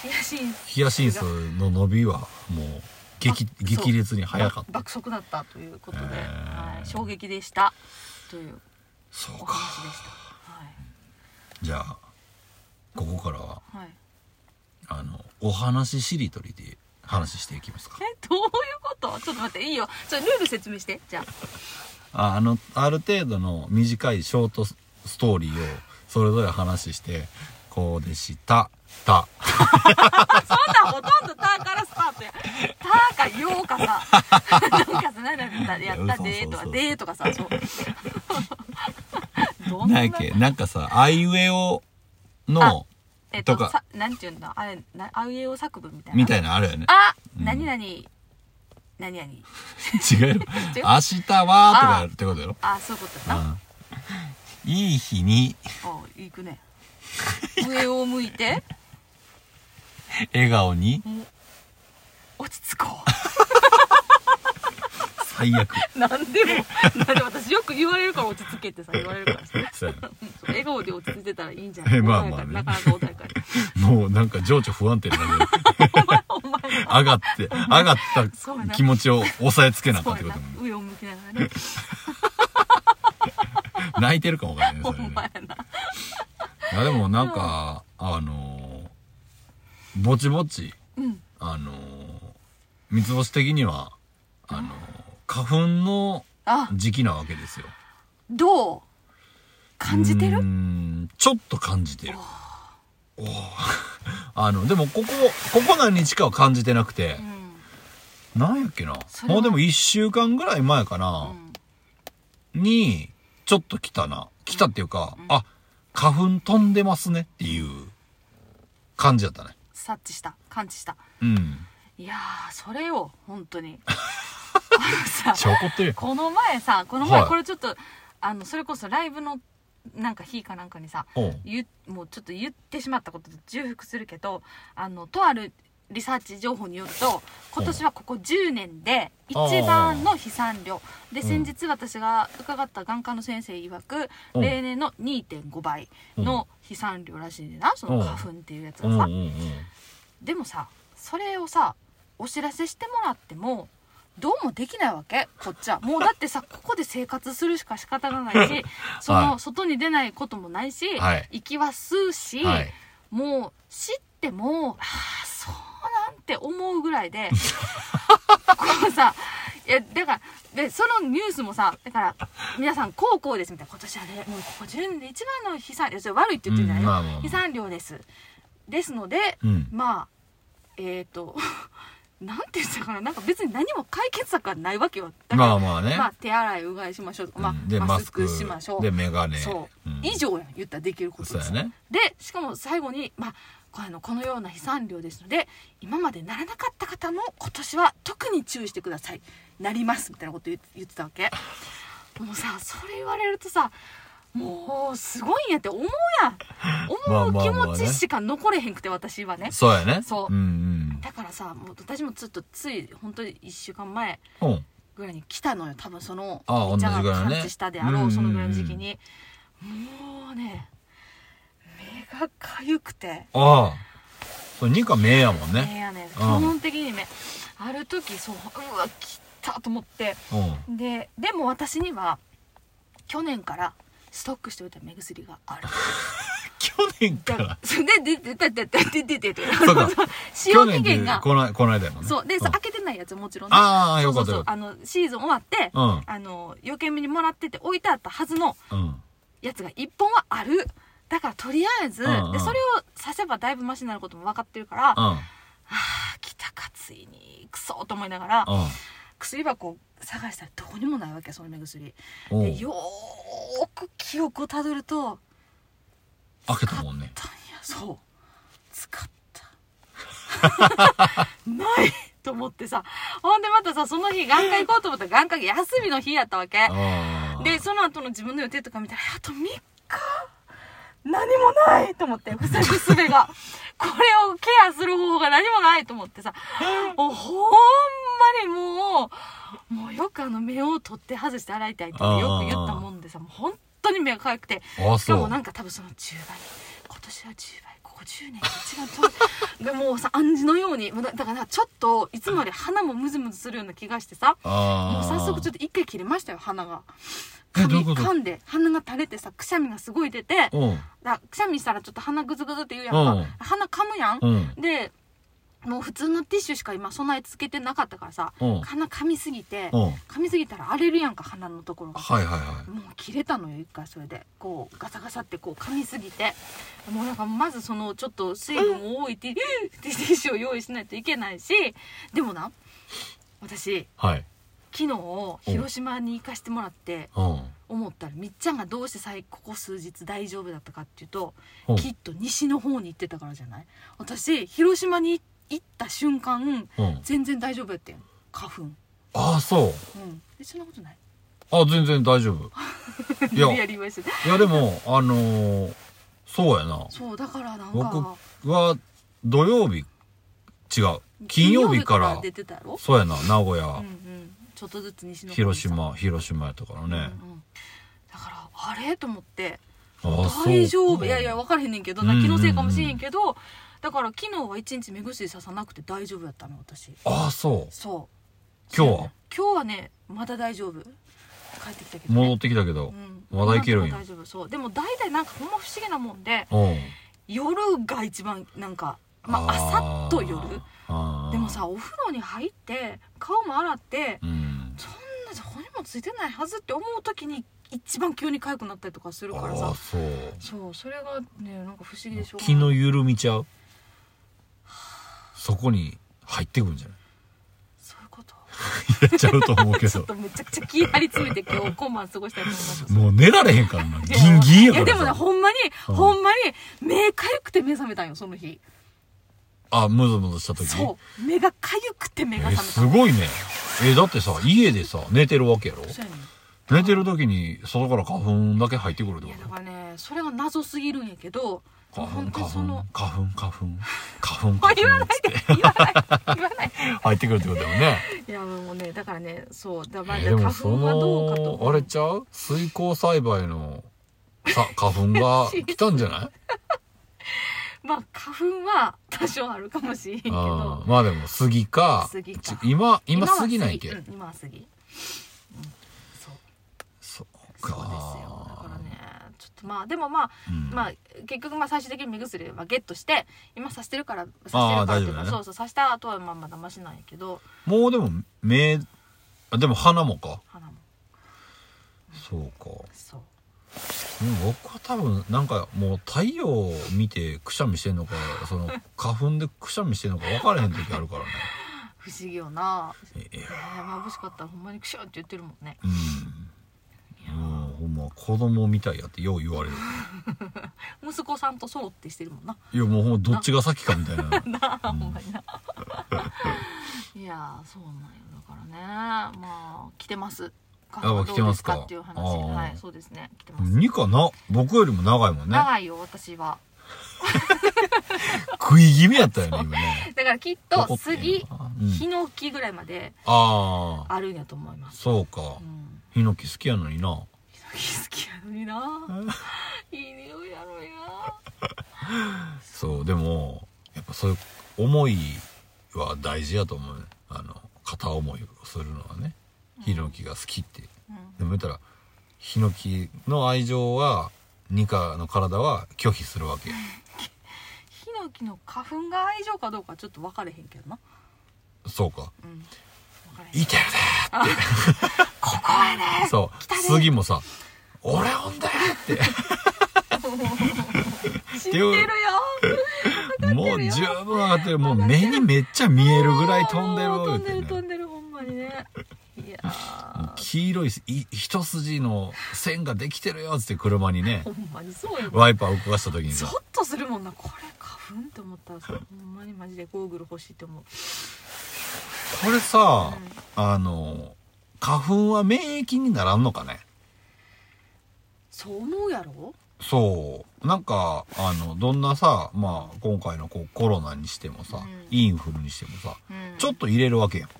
Speaker 2: いやし
Speaker 1: ヒヤシンスの伸びはもう激
Speaker 2: あ
Speaker 1: 激烈に早かった
Speaker 2: 爆速だったということで、
Speaker 1: えー
Speaker 2: はい、衝撃でしたという
Speaker 1: そう
Speaker 2: お
Speaker 1: か
Speaker 2: 話でしたは、
Speaker 1: じゃあここからはい
Speaker 2: はい、
Speaker 1: あのお話ししりとりで話していきますか
Speaker 2: えどういうことちょっと待っていいよちょっとルール説明してじゃあ
Speaker 1: ああのある程度の短いショートスストーリーをそれぞれ話してこうでしたた
Speaker 2: そんなんほとんどターからスタートやターかようかさなんかさ何だやったでーとか
Speaker 1: そうそうそうそう
Speaker 2: でーとかさそう どん
Speaker 1: な
Speaker 2: なん
Speaker 1: やっけなんかさあいうえおの
Speaker 2: えっ
Speaker 1: と
Speaker 2: と
Speaker 1: か
Speaker 2: さなんていうんだあれなあうえお作文みたいな
Speaker 1: みたいなのあるよね
Speaker 2: あ、
Speaker 1: うん
Speaker 2: 何々何々
Speaker 1: 違うよ
Speaker 2: 違
Speaker 1: 明日
Speaker 2: う
Speaker 1: はとかあるってことやろ
Speaker 2: あそういうことやな、
Speaker 1: うんいい日に
Speaker 2: あ行くね上を向いて
Speaker 1: 笑顔に
Speaker 2: 落ち着こ
Speaker 1: 最悪
Speaker 2: う なんでもなんで私よく言われるから落ち着けってさ言われるからさ
Speaker 1: そうやな
Speaker 2: うんそう笑顔で落ち着いてたらいいんじゃな
Speaker 1: え
Speaker 2: い
Speaker 1: まあまあね
Speaker 2: 穏やかになかなか穏やかに
Speaker 1: もうなんか情緒不安定に なる上がって上がっ
Speaker 2: そうや
Speaker 1: た
Speaker 2: な
Speaker 1: 気持ちを抑えつけなあかん
Speaker 2: そ
Speaker 1: っ
Speaker 2: う
Speaker 1: て
Speaker 2: や
Speaker 1: こ
Speaker 2: な
Speaker 1: とやもんね
Speaker 2: 上を向きながらね
Speaker 1: 泣いてるかもわかんないね
Speaker 2: ほ
Speaker 1: それ ね
Speaker 2: んまやない
Speaker 1: やでもなんかあのーぼちぼち
Speaker 2: うん
Speaker 1: あのー三つ星的にはあのー花粉の
Speaker 2: あ
Speaker 1: 時期なわけですよ
Speaker 2: どう感じて
Speaker 1: うー
Speaker 2: る
Speaker 1: んちょっと感じてるおー あのでもここここ何日かは感じてなくて
Speaker 2: う、ん
Speaker 1: なんやっけな
Speaker 2: それ
Speaker 1: も
Speaker 2: は
Speaker 1: うでも1週間ぐらい前か
Speaker 2: う
Speaker 1: な、
Speaker 2: ん
Speaker 1: にちょっと来たな来たっていうか、あ花粉飛んでますねっていう感じだったね
Speaker 2: 察知した感知した
Speaker 1: うん
Speaker 2: いやーそれよ本当 にあのさ
Speaker 1: ちゃ怒ってる
Speaker 2: この前さこの前
Speaker 1: はい
Speaker 2: これちょっと、あのそれこそライブのなんか日かなんかにさ
Speaker 1: おう
Speaker 2: 言うもうちょっと言ってしまったことと重複するけどあのとあるリサーチ情報によると今年はここ10年で一番の飛散量で
Speaker 1: うん
Speaker 2: 先日私が伺った眼科の先生曰く
Speaker 1: うん
Speaker 2: 例年の2.5倍の飛散量らしいねんなその花粉っていうやつ
Speaker 1: うんうん
Speaker 2: がさ
Speaker 1: うん
Speaker 2: でもさそれをさお知らせしてもらってもどうもできないわけこっちはもうだっ てさここで生活するしか仕方がないしそ
Speaker 1: は
Speaker 2: の外に出ないこともないし、
Speaker 1: はい
Speaker 2: 行きは吸うし、
Speaker 1: はい
Speaker 2: もう知ってもああそうなんて思うぐらい でこうさいやだからでそのニュースもさだから皆さんこうこうですみたいな今年はねもうここ10年で一番の悲惨いやそれ悪いって言ってるんじゃな
Speaker 1: う
Speaker 2: いよ、
Speaker 1: んまあまあまあ
Speaker 2: 悲惨量ですですので
Speaker 1: うん
Speaker 2: まあえっ、と なんて言ってたかななんか別に何も解決策はないわけよだから
Speaker 1: まあまあね、
Speaker 2: まあ手洗いうがいしましょうとか、まあ
Speaker 1: うんで
Speaker 2: マ
Speaker 1: マ
Speaker 2: ス
Speaker 1: ス
Speaker 2: ク
Speaker 1: ク
Speaker 2: しましょう
Speaker 1: で眼鏡
Speaker 2: そう、
Speaker 1: ん
Speaker 2: 以上やん言ったらできること
Speaker 1: そう
Speaker 2: で
Speaker 1: や
Speaker 2: す、
Speaker 1: ね
Speaker 2: でしかも最後に、まあ、こあのこのような飛散量ですので今までならなかった方も今年は特に注意してくださいなりますみたいなこと言って言ってたわけもうさそれ言われるとさもうすごいんやって思うやん
Speaker 1: まあ
Speaker 2: 思う
Speaker 1: まあ
Speaker 2: 気
Speaker 1: まあね
Speaker 2: 持ちしか残れへんくて私はね
Speaker 1: そうやね
Speaker 2: そう
Speaker 1: うん
Speaker 2: だからさもう私もちょっとつい本当に1週間前
Speaker 1: うんうん
Speaker 2: ぐらいに来たのよ多分その
Speaker 1: ああ
Speaker 2: みっちゃん
Speaker 1: 同じぐらい
Speaker 2: が
Speaker 1: ね
Speaker 2: 感知したであろう
Speaker 1: うんうんうん
Speaker 2: そのぐらいの時期にもうね目がかゆくて
Speaker 1: ああそう2か目やもん
Speaker 2: 目
Speaker 1: ね
Speaker 2: や
Speaker 1: う
Speaker 2: ね
Speaker 1: ん
Speaker 2: 基本的に目ある時そううわ来たと思って
Speaker 1: う
Speaker 2: ででも私には去年からストックしておいた目薬がある。
Speaker 1: ん去年か
Speaker 2: だからら、それで、で、で、で、で、で、で、で、で、
Speaker 1: そうか
Speaker 2: 使
Speaker 1: 去
Speaker 2: 用期
Speaker 1: 年
Speaker 2: 限
Speaker 1: で
Speaker 2: が、
Speaker 1: このこの間やもんね
Speaker 2: そう、で、
Speaker 1: ん
Speaker 2: さ、開けてないやつもちろんね。
Speaker 1: ああよかった
Speaker 2: そうそうそう
Speaker 1: よかっ
Speaker 2: あの、シーズン終わって、
Speaker 1: たうん
Speaker 2: あの、余計目にもらってて置いてあったはずの
Speaker 1: うん
Speaker 2: やつが1本はある。だからとりあえず、
Speaker 1: うんうん
Speaker 2: で、それを刺せばだいぶマシになることも分かってるから、ああ、来たかついに、くそと思いながら、
Speaker 1: う
Speaker 2: 薬箱を探したらどこにもないわけ、その目薬。
Speaker 1: んうん
Speaker 2: で、よーく記憶をたどると、
Speaker 1: 開けたもんね
Speaker 2: たんや、そう。使った。 ないと思ってさ。ほんでまたさ、その日眼科行こうと思ったら眼科が休みの日やったわけ。
Speaker 1: ああ
Speaker 2: でその後の自分の予定とか見たらあと3日何もないと思ってふさぐすべ がこれをケアする方法が何もないと思ってさもうほんまにもうもうよくあの目を取って外して洗いたいってよく言ったもんでさもう本当に目が痒くて
Speaker 1: あ
Speaker 2: しか
Speaker 1: そ
Speaker 2: も
Speaker 1: う
Speaker 2: なんか多分その10倍今年は10倍ここ10年で違うともうさ暗示のようにもうだだからちょっといつもより鼻もムズムズするような気がしてさもう
Speaker 1: ああ
Speaker 2: 早速ちょっと一回切れましたよ鼻が
Speaker 1: え
Speaker 2: 噛
Speaker 1: どうい
Speaker 2: み
Speaker 1: うこと
Speaker 2: 噛んで鼻が垂れてさくしゃみがすごい出て
Speaker 1: うん
Speaker 2: だくしゃみしたらちょっと鼻グズグズって言うやん
Speaker 1: うん
Speaker 2: か鼻噛むやん
Speaker 1: うん
Speaker 2: でもう普通のティッシュしか今備え付けてなかったからさ
Speaker 1: うん
Speaker 2: 鼻噛みすぎて
Speaker 1: うん
Speaker 2: 噛みすぎたら荒れるやんか鼻のところが
Speaker 1: はいはいは
Speaker 2: もう切れたのよ一回それでこうガサガサってこう噛みすぎてもうなんかまずそのちょっと水分を多いティティッシュを用意しないといけないしでもな私
Speaker 1: いはい
Speaker 2: 昨日広島に行かしてもらって
Speaker 1: うん
Speaker 2: 思ったらみっちゃんがどうして最ここ数日大丈夫だったかっていうと
Speaker 1: うん
Speaker 2: きっと西の方に行ってたからじゃない私広島に行った瞬間
Speaker 1: うん
Speaker 2: 全然大丈夫やってん花粉うん
Speaker 1: ああそう
Speaker 2: えそんなことない
Speaker 1: あ全然大丈夫いや
Speaker 2: 無理やり言わせて
Speaker 1: いやでもあのーそうやな
Speaker 2: そうだからなん
Speaker 1: 僕
Speaker 2: か
Speaker 1: は土曜日違う金曜日から
Speaker 2: 出てたやろ
Speaker 1: そうやな名古
Speaker 2: う
Speaker 1: 屋
Speaker 2: ん、うんちょっとずつ西の方に
Speaker 1: 広
Speaker 2: さ
Speaker 1: 島広島やったからね、
Speaker 2: うんうんだからあれと思って
Speaker 1: あそう
Speaker 2: 大丈夫いやいや分からへんねんけどな
Speaker 1: うんうんう
Speaker 2: 気
Speaker 1: ん
Speaker 2: のせいかもしれへんけど、だから昨日は一日目薬ささなくて大丈夫やったの私
Speaker 1: あそう
Speaker 2: そう
Speaker 1: 今日は
Speaker 2: そうやね今日はねまだ大丈夫帰ってきたけど、ね、
Speaker 1: 戻ってきたけど
Speaker 2: うん、
Speaker 1: まだいけるんや
Speaker 2: 今のとこ大丈夫そうでも大体なんかほんま不思議なもんで
Speaker 1: うん、
Speaker 2: 夜が一番なんかまあ朝と夜
Speaker 1: あー
Speaker 2: でもさお風呂に入って顔も洗って
Speaker 1: うん
Speaker 2: そんなどこにもついてないはずって思う時に一番急に痒くなったりとかするから
Speaker 1: あ
Speaker 2: さ
Speaker 1: あそう
Speaker 2: そうそれがねなんか不思議でしょうが
Speaker 1: 気
Speaker 2: な
Speaker 1: の
Speaker 2: い
Speaker 1: 緩みちゃうそこに入ってくんじゃない
Speaker 2: そういうこと
Speaker 1: やっちゃうと思うけ
Speaker 2: ちょっ
Speaker 1: ど
Speaker 2: とむちゃくちゃ気張り詰めて今日今晩過ごしたいと思います
Speaker 1: もう寝られへんからなギンギンや
Speaker 2: いや
Speaker 1: から
Speaker 2: でもねほんまに、
Speaker 1: うん
Speaker 2: ほんまに目かゆくて目覚めたんよその日
Speaker 1: あムズムズした時
Speaker 2: そう目がかゆくて目が
Speaker 1: え
Speaker 2: 覚めた
Speaker 1: すごいねえだってさ家でさ寝てるわけやろ
Speaker 2: そうやねん
Speaker 1: 寝てる時に外から花粉だけ入ってくるって
Speaker 2: い
Speaker 1: こ
Speaker 2: やだ
Speaker 1: と
Speaker 2: からねそれが謎すぎるんやけど
Speaker 1: 花粉
Speaker 2: 本当
Speaker 1: 花
Speaker 2: にそ
Speaker 1: 粉
Speaker 2: の
Speaker 1: 花粉花粉花粉花粉
Speaker 2: 言わないで言わない言わない
Speaker 1: 入ってくるってことだよね
Speaker 2: いやもうねだからねそうだから
Speaker 1: え
Speaker 2: ね
Speaker 1: ーでも
Speaker 2: 花
Speaker 1: そ
Speaker 2: 粉はどうか
Speaker 1: の
Speaker 2: と
Speaker 1: あれちゃう水耕栽培の さ花粉が来たんじゃない
Speaker 2: まあ花粉は多少あるかもしれんけ
Speaker 1: あ
Speaker 2: ど
Speaker 1: ーまあでも杉か
Speaker 2: 杉か
Speaker 1: ち今今
Speaker 2: は
Speaker 1: 杉ないけ、
Speaker 2: うん今は杉、うん、そう
Speaker 1: そう
Speaker 2: そ
Speaker 1: か
Speaker 2: うですよだからねちょっとまあでもまあ
Speaker 1: うん
Speaker 2: まあ、結局まあ最終的に目薬はゲットして今さしてるからさし
Speaker 1: あ
Speaker 2: てるか
Speaker 1: あ
Speaker 2: らっていう
Speaker 1: 大丈
Speaker 2: か、
Speaker 1: 夫だね
Speaker 2: そうそうさした後はまあまだましなんやけど
Speaker 1: もうでも目あでも鼻もか
Speaker 2: 鼻も
Speaker 1: そうか
Speaker 2: そう
Speaker 1: うん僕は多分なんかもう太陽を見てくしゃみしてんのかその花粉でくしゃみしてんのか分からへん時あるからね
Speaker 2: 不思議よな、
Speaker 1: いや
Speaker 2: ねえ、眩しかったらほんまにクシュンって言ってるもんね
Speaker 1: うんもうほんま子供みたいやってよう言われる
Speaker 2: 息子さんとそうってしてるもんない
Speaker 1: やもうほんまどっちが先かみ たいな
Speaker 2: いやーそうなんよだからねまあ来てます
Speaker 1: あ
Speaker 2: 花粉どう
Speaker 1: 来てますか
Speaker 2: でっていう話
Speaker 1: ああ
Speaker 2: はいそうですね来てます、
Speaker 1: ニカな僕よりも長いもんね
Speaker 2: 長いよ私は
Speaker 1: 食い気味やったよね今 ね
Speaker 2: だからきっ
Speaker 1: 怒
Speaker 2: と
Speaker 1: ってんの
Speaker 2: 杉
Speaker 1: かなう
Speaker 2: ヒ
Speaker 1: ん、
Speaker 2: ノキぐらいまで
Speaker 1: ああ
Speaker 2: あるんやと思います
Speaker 1: そうか
Speaker 2: うん
Speaker 1: ヒノキ好きやのにな
Speaker 2: 好きやのにないい匂いやろいな
Speaker 1: そうでもやっぱそういう思いは大事やと思うねあの片思いをするのはねヒノキが好きってでも言ったらヒノキの愛情はニカの体は拒否するわけよ
Speaker 2: ヒノキの花粉が愛情かどうかちょっと分かれへんけどな
Speaker 1: そう か
Speaker 2: うん分かれへん
Speaker 1: いてるでーって
Speaker 2: ここはね
Speaker 1: そう
Speaker 2: たね
Speaker 1: 杉もさ「俺おんだよ!」って
Speaker 2: 知ってるよ
Speaker 1: もう十分上がって るもう目にめっちゃ見えるぐらい飛んでる
Speaker 2: もう飛んで
Speaker 1: 言
Speaker 2: る
Speaker 1: うて
Speaker 2: 飛
Speaker 1: ね
Speaker 2: んでるほんまにねいや
Speaker 1: もう
Speaker 2: ー
Speaker 1: 黄色いい一筋の線ができてるよっつって車に ね
Speaker 2: ほんまにそうよ
Speaker 1: ワイパー動かした時に
Speaker 2: ゾ
Speaker 1: さ
Speaker 2: ッとするもんなこれ花粉って思ったらさほんまにマジでゴーグル欲しいと思う
Speaker 1: これさあの花粉は免疫にならんのかね
Speaker 2: そう思うやろ
Speaker 1: そうなんかあのどんなさまあ今回のこうコロナにしてもさ、
Speaker 2: うん
Speaker 1: インフルにしてもさ
Speaker 2: うん
Speaker 1: ちょっと入れるわけやん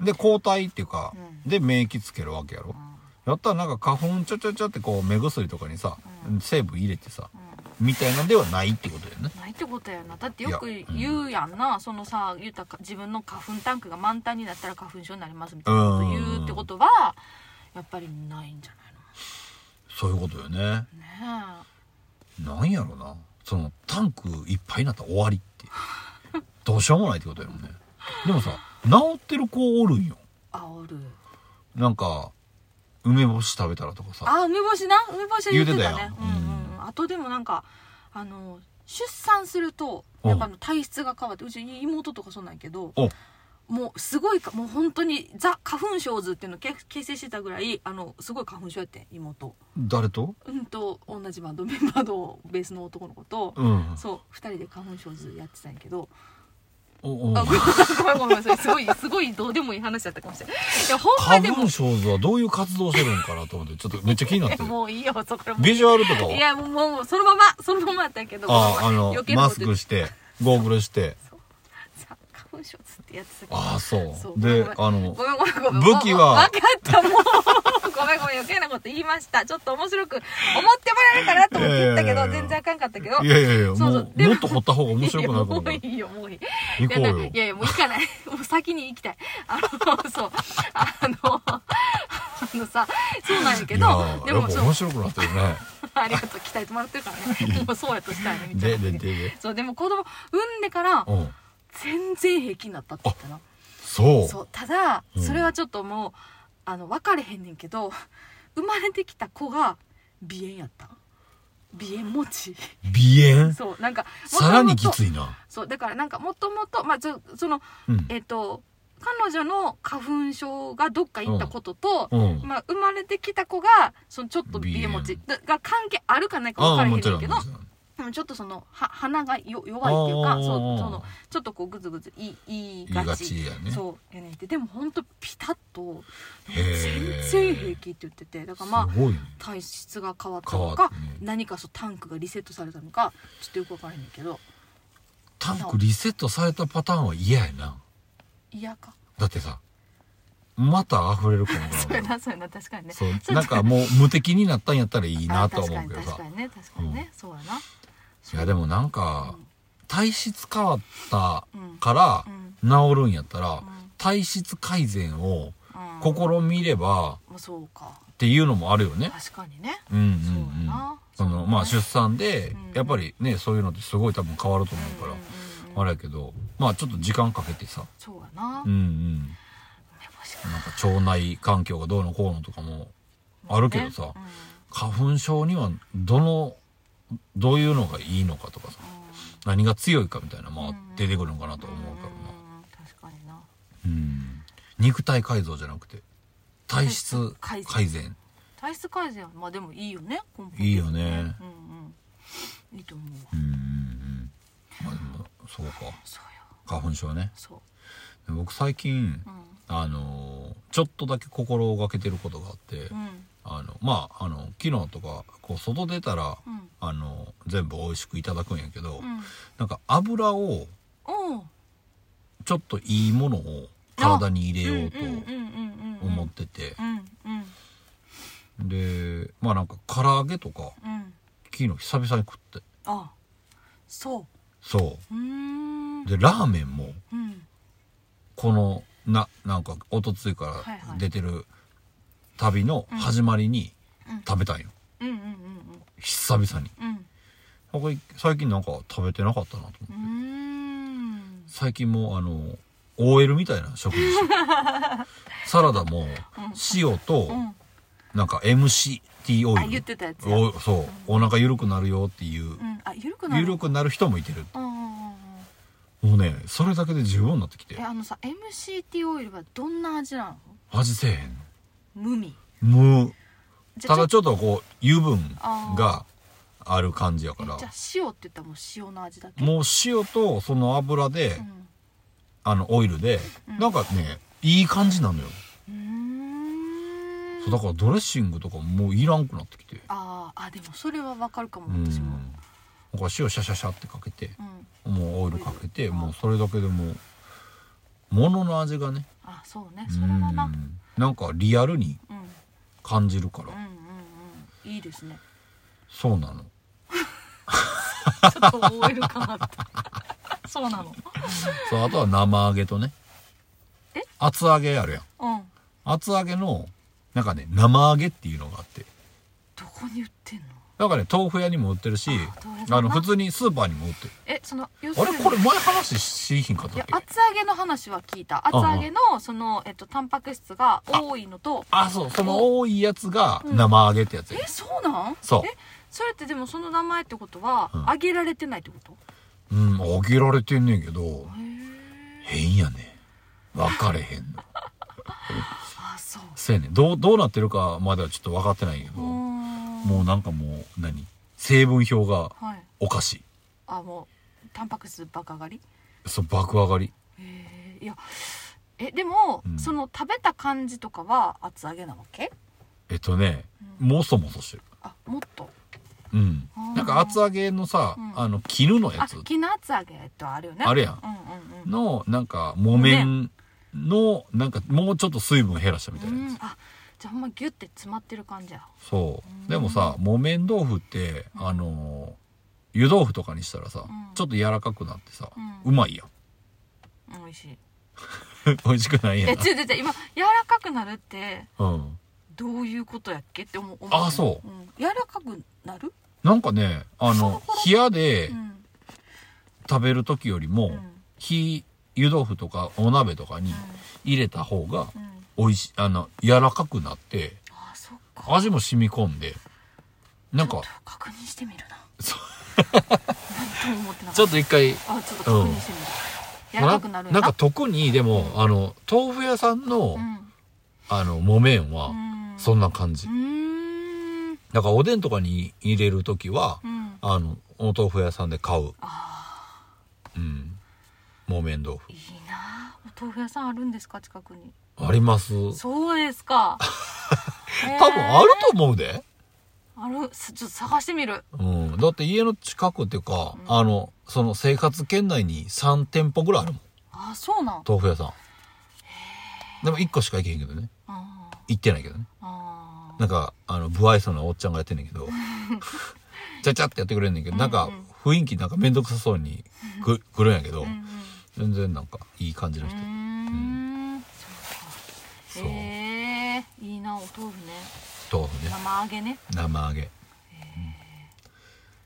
Speaker 2: うん
Speaker 1: で抗体っていうか、
Speaker 2: う
Speaker 1: で免疫つけるわけやろ、
Speaker 2: うん
Speaker 1: やったらなんか花粉ちょちょちょってこう目薬とかにさ、
Speaker 2: うん
Speaker 1: 成分入れてさ
Speaker 2: うん
Speaker 1: みたいなんではないってことだよね
Speaker 2: ないってことやなだってよく
Speaker 1: いや
Speaker 2: 言うやんな、そのさ言うたか自分の花粉タンクが満タンになったら花粉症になりますみたいなこと言うってことはやっぱりないんじゃ
Speaker 1: そういうことよね
Speaker 2: ないのね
Speaker 1: なんやろなそのタンクいっぱいになったら終わりってどうしようもないってことやもんねでもさ治ってる子おるんよ
Speaker 2: えあおる
Speaker 1: なんか梅干し食べたらとかさ
Speaker 2: あ梅干しな梅干しは言ってた
Speaker 1: 言うてたや
Speaker 2: ね
Speaker 1: ん
Speaker 2: うんうん、あとでもなんかあの出産すると
Speaker 1: うん
Speaker 2: なんかあの体質が変わってうち妹とかそうなんやけど
Speaker 1: お
Speaker 2: もうすごいかもう本当にザ・花粉症図っていうのをけ形成してたぐらいあのすごい花粉症やって妹
Speaker 1: 誰と
Speaker 2: うんと同じバンドメンバーのベースの男の子と、
Speaker 1: うん
Speaker 2: そう2人で花粉症図やってたんやけど、
Speaker 1: おお
Speaker 2: あごめんなさいごめんなさいすごいすごいどうでもいい話だったかもしれないいやほんま
Speaker 1: 花
Speaker 2: でも
Speaker 1: 粉症図はどういう活動してるんかなと思ってちょっとめっちゃ気になってる
Speaker 2: もういいよそこらも
Speaker 1: ビジュアルとか
Speaker 2: うい
Speaker 1: は
Speaker 2: やもうもうそのままそのままやったんやけど
Speaker 1: ああの
Speaker 2: 余計な
Speaker 1: マ
Speaker 2: こ
Speaker 1: ス
Speaker 2: と
Speaker 1: クしてゴーグルして
Speaker 2: さ花粉症図ってやってた
Speaker 1: ああそう
Speaker 2: そう
Speaker 1: で
Speaker 2: ご
Speaker 1: あの
Speaker 2: ごめんごめんごめん
Speaker 1: 武器は
Speaker 2: 分かったもうごめんごめん余計なこと言いましたちょっと面白く思ってもらえるかなと思って言ったけ
Speaker 1: いやいやいや
Speaker 2: ど
Speaker 1: いや
Speaker 2: 全然あかんかったけど
Speaker 1: いやいやいや
Speaker 2: そう
Speaker 1: も
Speaker 2: そううでも
Speaker 1: もっと掘った方が面白くなるか
Speaker 2: いやいやも
Speaker 1: ら
Speaker 2: ういいよもういい
Speaker 1: 行こう
Speaker 2: いや
Speaker 1: よ
Speaker 2: いやいやもう行かない もう先に行きたいあのそうあのあのさそうなんやけ
Speaker 1: いや
Speaker 2: どで
Speaker 1: や
Speaker 2: も
Speaker 1: っぱ
Speaker 2: そう
Speaker 1: 面白くなってる ね
Speaker 2: ありがとう期待ともらってるからねもうそうやとしたいねみたい
Speaker 1: でで
Speaker 2: な
Speaker 1: でで
Speaker 2: そうでも子供産んでから
Speaker 1: うん
Speaker 2: 全然平気になったって言ったな
Speaker 1: そう
Speaker 2: そうただ
Speaker 1: うん
Speaker 2: それはちょっともうあの分かれへんねんけど生まれてきた子が鼻炎やった鼻炎持ち
Speaker 1: 鼻炎
Speaker 2: そうなんか
Speaker 1: さらにきつ
Speaker 2: い
Speaker 1: いな
Speaker 2: そうだからなんかもともとまあちょその
Speaker 1: うん
Speaker 2: えっと彼女の花粉症がどっか行ったことと、
Speaker 1: うん
Speaker 2: まあ、生まれてきた子がそのちょっと
Speaker 1: 鼻炎
Speaker 2: 鼻炎持ちだが関係あるかないか分からへんねんけど
Speaker 1: もちろん
Speaker 3: もちょっとそのは鼻がよ弱いっていうか
Speaker 1: あ
Speaker 3: そ
Speaker 1: ー
Speaker 3: うそのちょっとこうグズグズ言い言い
Speaker 1: 言
Speaker 3: が
Speaker 1: いが
Speaker 3: ち
Speaker 1: ちやね
Speaker 3: そうやねんってでもほんとピタッと
Speaker 1: へー
Speaker 3: 全然平気って言っててだからまあ
Speaker 1: すごいね
Speaker 3: 体質が変わった
Speaker 1: 変わ
Speaker 3: の
Speaker 1: っ
Speaker 3: か
Speaker 1: たね
Speaker 3: 何かそうタンクがリセットされたのかちょっとよくわからへんねんけど
Speaker 1: タンクリセットされたパターンは嫌やな
Speaker 3: 嫌か
Speaker 1: だってさまた溢れるかも
Speaker 2: そうやなそうやな確かにね
Speaker 1: そう
Speaker 2: そ
Speaker 1: なんかもう無敵になったんやったらいいな
Speaker 2: あ
Speaker 1: とは
Speaker 2: 確
Speaker 1: 思
Speaker 2: か
Speaker 1: う
Speaker 2: に
Speaker 1: けどさ
Speaker 2: 確かにね確かにね、そうやない
Speaker 1: やでもなんか体質変わった
Speaker 2: うん
Speaker 1: から
Speaker 2: うん
Speaker 1: 治るんやったら
Speaker 2: ん
Speaker 1: 体質改善を
Speaker 2: うん
Speaker 1: 試みれば
Speaker 2: まあそうか
Speaker 1: っていうのもあるよね
Speaker 2: 確かにね
Speaker 1: うんうん
Speaker 2: そうや
Speaker 1: うん
Speaker 2: な
Speaker 1: そのまあ出産で
Speaker 2: うん
Speaker 1: やっぱりねそういうのってすごい多分変わると思うか
Speaker 2: うんうんうん
Speaker 1: らあれやけどまあちょっと時間かけてさ
Speaker 2: そうやな、
Speaker 1: うんうん
Speaker 2: 梅干しが
Speaker 1: なんか腸内環境がどうのこうのとかもあるけどさ
Speaker 2: ねうん
Speaker 1: 花粉症にはどのどういうのがいいのかとかさ
Speaker 2: う
Speaker 1: 何が強いかみたいなまあ
Speaker 2: うん
Speaker 1: 出てくるのかなと
Speaker 2: ん
Speaker 1: 思うからな
Speaker 2: うん確かにな
Speaker 1: うん肉体改造じゃなくて体質
Speaker 2: 体
Speaker 1: 改
Speaker 2: 質
Speaker 1: 善
Speaker 2: 改体質改善はまあでもいいよね根本的に
Speaker 1: いいよね
Speaker 2: うんうんいいと思うわ
Speaker 1: うんうんうんまあでもそうか
Speaker 2: そうよ
Speaker 1: 花粉症ね
Speaker 2: そう
Speaker 1: 僕最近
Speaker 2: うん
Speaker 1: あのーちょっとだけ心がけてることがあって、
Speaker 2: うん
Speaker 1: あのまああの昨日とかこう外出たら、
Speaker 2: うん
Speaker 1: あの全部美味しくいただくんやけど、
Speaker 2: うん
Speaker 1: なんか油を
Speaker 2: おう
Speaker 1: ちょっといいものを体に入
Speaker 2: うん
Speaker 1: れよ
Speaker 2: うん
Speaker 1: うと
Speaker 2: うんうんうん
Speaker 1: 思ってて
Speaker 2: う、んうん
Speaker 1: でまあなんか唐揚げとか
Speaker 2: うん
Speaker 1: 昨日久々に食って
Speaker 2: あそ
Speaker 1: そう
Speaker 2: ううーん
Speaker 1: でラーメンも
Speaker 2: うん
Speaker 1: このななんか一昨日か
Speaker 2: はいは
Speaker 1: ら
Speaker 2: い
Speaker 1: 出てる旅の始まりに
Speaker 2: うん
Speaker 1: 食べたんよ、
Speaker 2: うんうんうん
Speaker 1: 久々に
Speaker 2: うん
Speaker 1: なんかい最近なんか食べてなかったなと思って、
Speaker 2: うんうーん
Speaker 1: 最近もうあの OL みたいな食 事してるサラダも塩と
Speaker 2: うん
Speaker 1: なんか MCT オ
Speaker 2: あ
Speaker 1: イ
Speaker 2: 言
Speaker 1: ル
Speaker 2: ってたやつや
Speaker 1: おそうお腹緩くなるよっていう
Speaker 2: うんあ緩くなる
Speaker 1: 緩くなる人もいてる
Speaker 2: うんうんうんうん
Speaker 1: もうねそれだけで十分になってきて
Speaker 2: えあのさ MCT オイルはどんな味なの
Speaker 1: 味せえへん
Speaker 2: 無味
Speaker 1: 無
Speaker 2: じゃ
Speaker 1: ただ
Speaker 2: じ
Speaker 1: ちょっとこう油分
Speaker 2: あー
Speaker 1: がある感じやか
Speaker 2: ゃ
Speaker 1: ら
Speaker 2: じゃあ塩って言ったらもう塩の味だけ
Speaker 1: もう塩とその油で、
Speaker 2: うん
Speaker 1: あのオイルで、
Speaker 2: うん
Speaker 1: なんかねいい感じなのよ
Speaker 2: うーん
Speaker 1: そうだからドレッシングとかもういらんくなってきて
Speaker 2: あーあでもそれはわかるかも
Speaker 1: うん
Speaker 2: 私も
Speaker 1: だから塩シャシャシャってかけて
Speaker 2: うん
Speaker 1: もうオイルかけて
Speaker 2: うん
Speaker 1: もうそれだけでもうものの味がね
Speaker 2: あそうねそれはなうん
Speaker 1: うんなんかリアルに
Speaker 2: うん
Speaker 1: 感じるから、
Speaker 2: うんうんいいですね
Speaker 1: そうなの
Speaker 2: ちょっと OL かなって そうなの
Speaker 1: そうあとは生揚げとね
Speaker 2: え
Speaker 1: 厚揚げあるやん
Speaker 2: うん
Speaker 1: 厚揚げのなんかね生揚げっていうのがあって
Speaker 2: どこに売ってんの
Speaker 1: だからね豆腐屋にも売ってるし
Speaker 2: あ豆腐屋
Speaker 1: あの
Speaker 2: な
Speaker 1: 普通にスーパーにも売ってる
Speaker 2: えその要す
Speaker 1: あ
Speaker 2: る
Speaker 1: れ
Speaker 2: に
Speaker 1: これ前話しひんかっ
Speaker 2: い
Speaker 1: たっ
Speaker 2: や
Speaker 1: け
Speaker 2: 厚揚げの話は聞いた厚揚げのそのえっとタンパク質が多いのと
Speaker 1: あそうその多いやつが生揚げってやつや、
Speaker 2: えそうなん
Speaker 1: そう
Speaker 2: えそれってでもその名前ってことは、
Speaker 1: うん
Speaker 2: あげられてないってこと
Speaker 1: うん揚げられてんねんけど
Speaker 2: へえ
Speaker 1: 変やね分かれ へんの
Speaker 2: あそう
Speaker 1: せやねんどうどうなってるかまではちょっと分かってないんやけど、
Speaker 2: うーん
Speaker 1: もうなんかもう何成分表が
Speaker 2: はい
Speaker 1: おかし
Speaker 2: あもうタンパク質バカ上がり
Speaker 1: いそう爆上がり
Speaker 2: へえいやえでも、
Speaker 1: うん
Speaker 2: その食べた感じとかは厚揚げなわけ
Speaker 1: えっとね
Speaker 2: うん
Speaker 1: もそもそしてる
Speaker 2: あもっと
Speaker 1: うん
Speaker 2: あー
Speaker 1: なんか厚揚げのさ、
Speaker 2: うん
Speaker 1: あの絹のや
Speaker 2: あ
Speaker 1: つ
Speaker 2: きな厚揚げってあるよね
Speaker 1: あるやん
Speaker 2: うんうんうん
Speaker 1: のなんか木綿のなんかもうちょっと水分減らしたみたいなやつ、
Speaker 2: うんあじゃあほんまギュッて詰まってる感じや
Speaker 1: そう。
Speaker 2: ん
Speaker 1: でもさ、木綿豆腐って、あのー湯豆腐とかにしたらさ、
Speaker 2: うん
Speaker 1: ちょっと柔らかくなってさ、
Speaker 2: う
Speaker 1: うんまいやん。
Speaker 2: うん美味しい
Speaker 1: 美味しくないや
Speaker 2: え
Speaker 1: ん。
Speaker 2: 違う違う違う今柔らかくなるって
Speaker 1: うん。
Speaker 2: どういうことやっけって思う思、
Speaker 1: あそうん
Speaker 2: 柔らかくなる
Speaker 1: なんかね、あの、冷やで
Speaker 2: うん
Speaker 1: 食べる時よりも、
Speaker 2: うん
Speaker 1: 火、湯豆腐とかお鍋とかに
Speaker 2: う
Speaker 1: 入れた方が
Speaker 2: んうん
Speaker 1: 美味しい、あの、柔らかくなって、
Speaker 2: あそっか
Speaker 1: 味も染み込んで、なんか
Speaker 2: ちょ、っと確認してみるな
Speaker 1: そう
Speaker 2: 何とも思ってな
Speaker 1: ち
Speaker 2: か
Speaker 1: ょ
Speaker 2: っ
Speaker 1: っと一回、
Speaker 2: たあちょっと確認してみる、柔らかくなる
Speaker 1: なんか特にでも、あの、豆腐屋さんの、
Speaker 2: うん
Speaker 1: あの、木綿は、
Speaker 2: うん
Speaker 1: そんな感じ
Speaker 2: うー。ん
Speaker 1: だからおでんとかに入れるときは
Speaker 2: う、ん
Speaker 1: あのお豆腐屋さんで買う
Speaker 2: あ
Speaker 1: うん木綿豆腐
Speaker 2: ーいいなお豆腐屋さんあるんですか近くに
Speaker 1: あります多
Speaker 2: そうです か
Speaker 1: 分あると思うで、
Speaker 2: あるすちょっと探してみる
Speaker 1: うん、だって家の近くっていうか、
Speaker 2: うん
Speaker 1: あのその生活圏内に3店舗ぐらいあるもん
Speaker 2: あそうなん
Speaker 1: 豆腐屋さんでも1個しか行けへんけどね
Speaker 2: あー
Speaker 1: 行ってないけどね
Speaker 2: あー
Speaker 1: なんかあの不愛想なおっちゃんがやってんねんけ どちゃちゃってやってくれんねんけどなんか
Speaker 2: うんうん
Speaker 1: 雰囲気なんか面倒くさそうにく来るんやけど、
Speaker 2: うんうん
Speaker 1: 全然なんかいい感じの人、
Speaker 2: うーんそ
Speaker 1: そうう
Speaker 2: かへえいいなお豆腐ね
Speaker 1: 豆腐ね
Speaker 2: 生揚げね
Speaker 1: 生揚げ、うん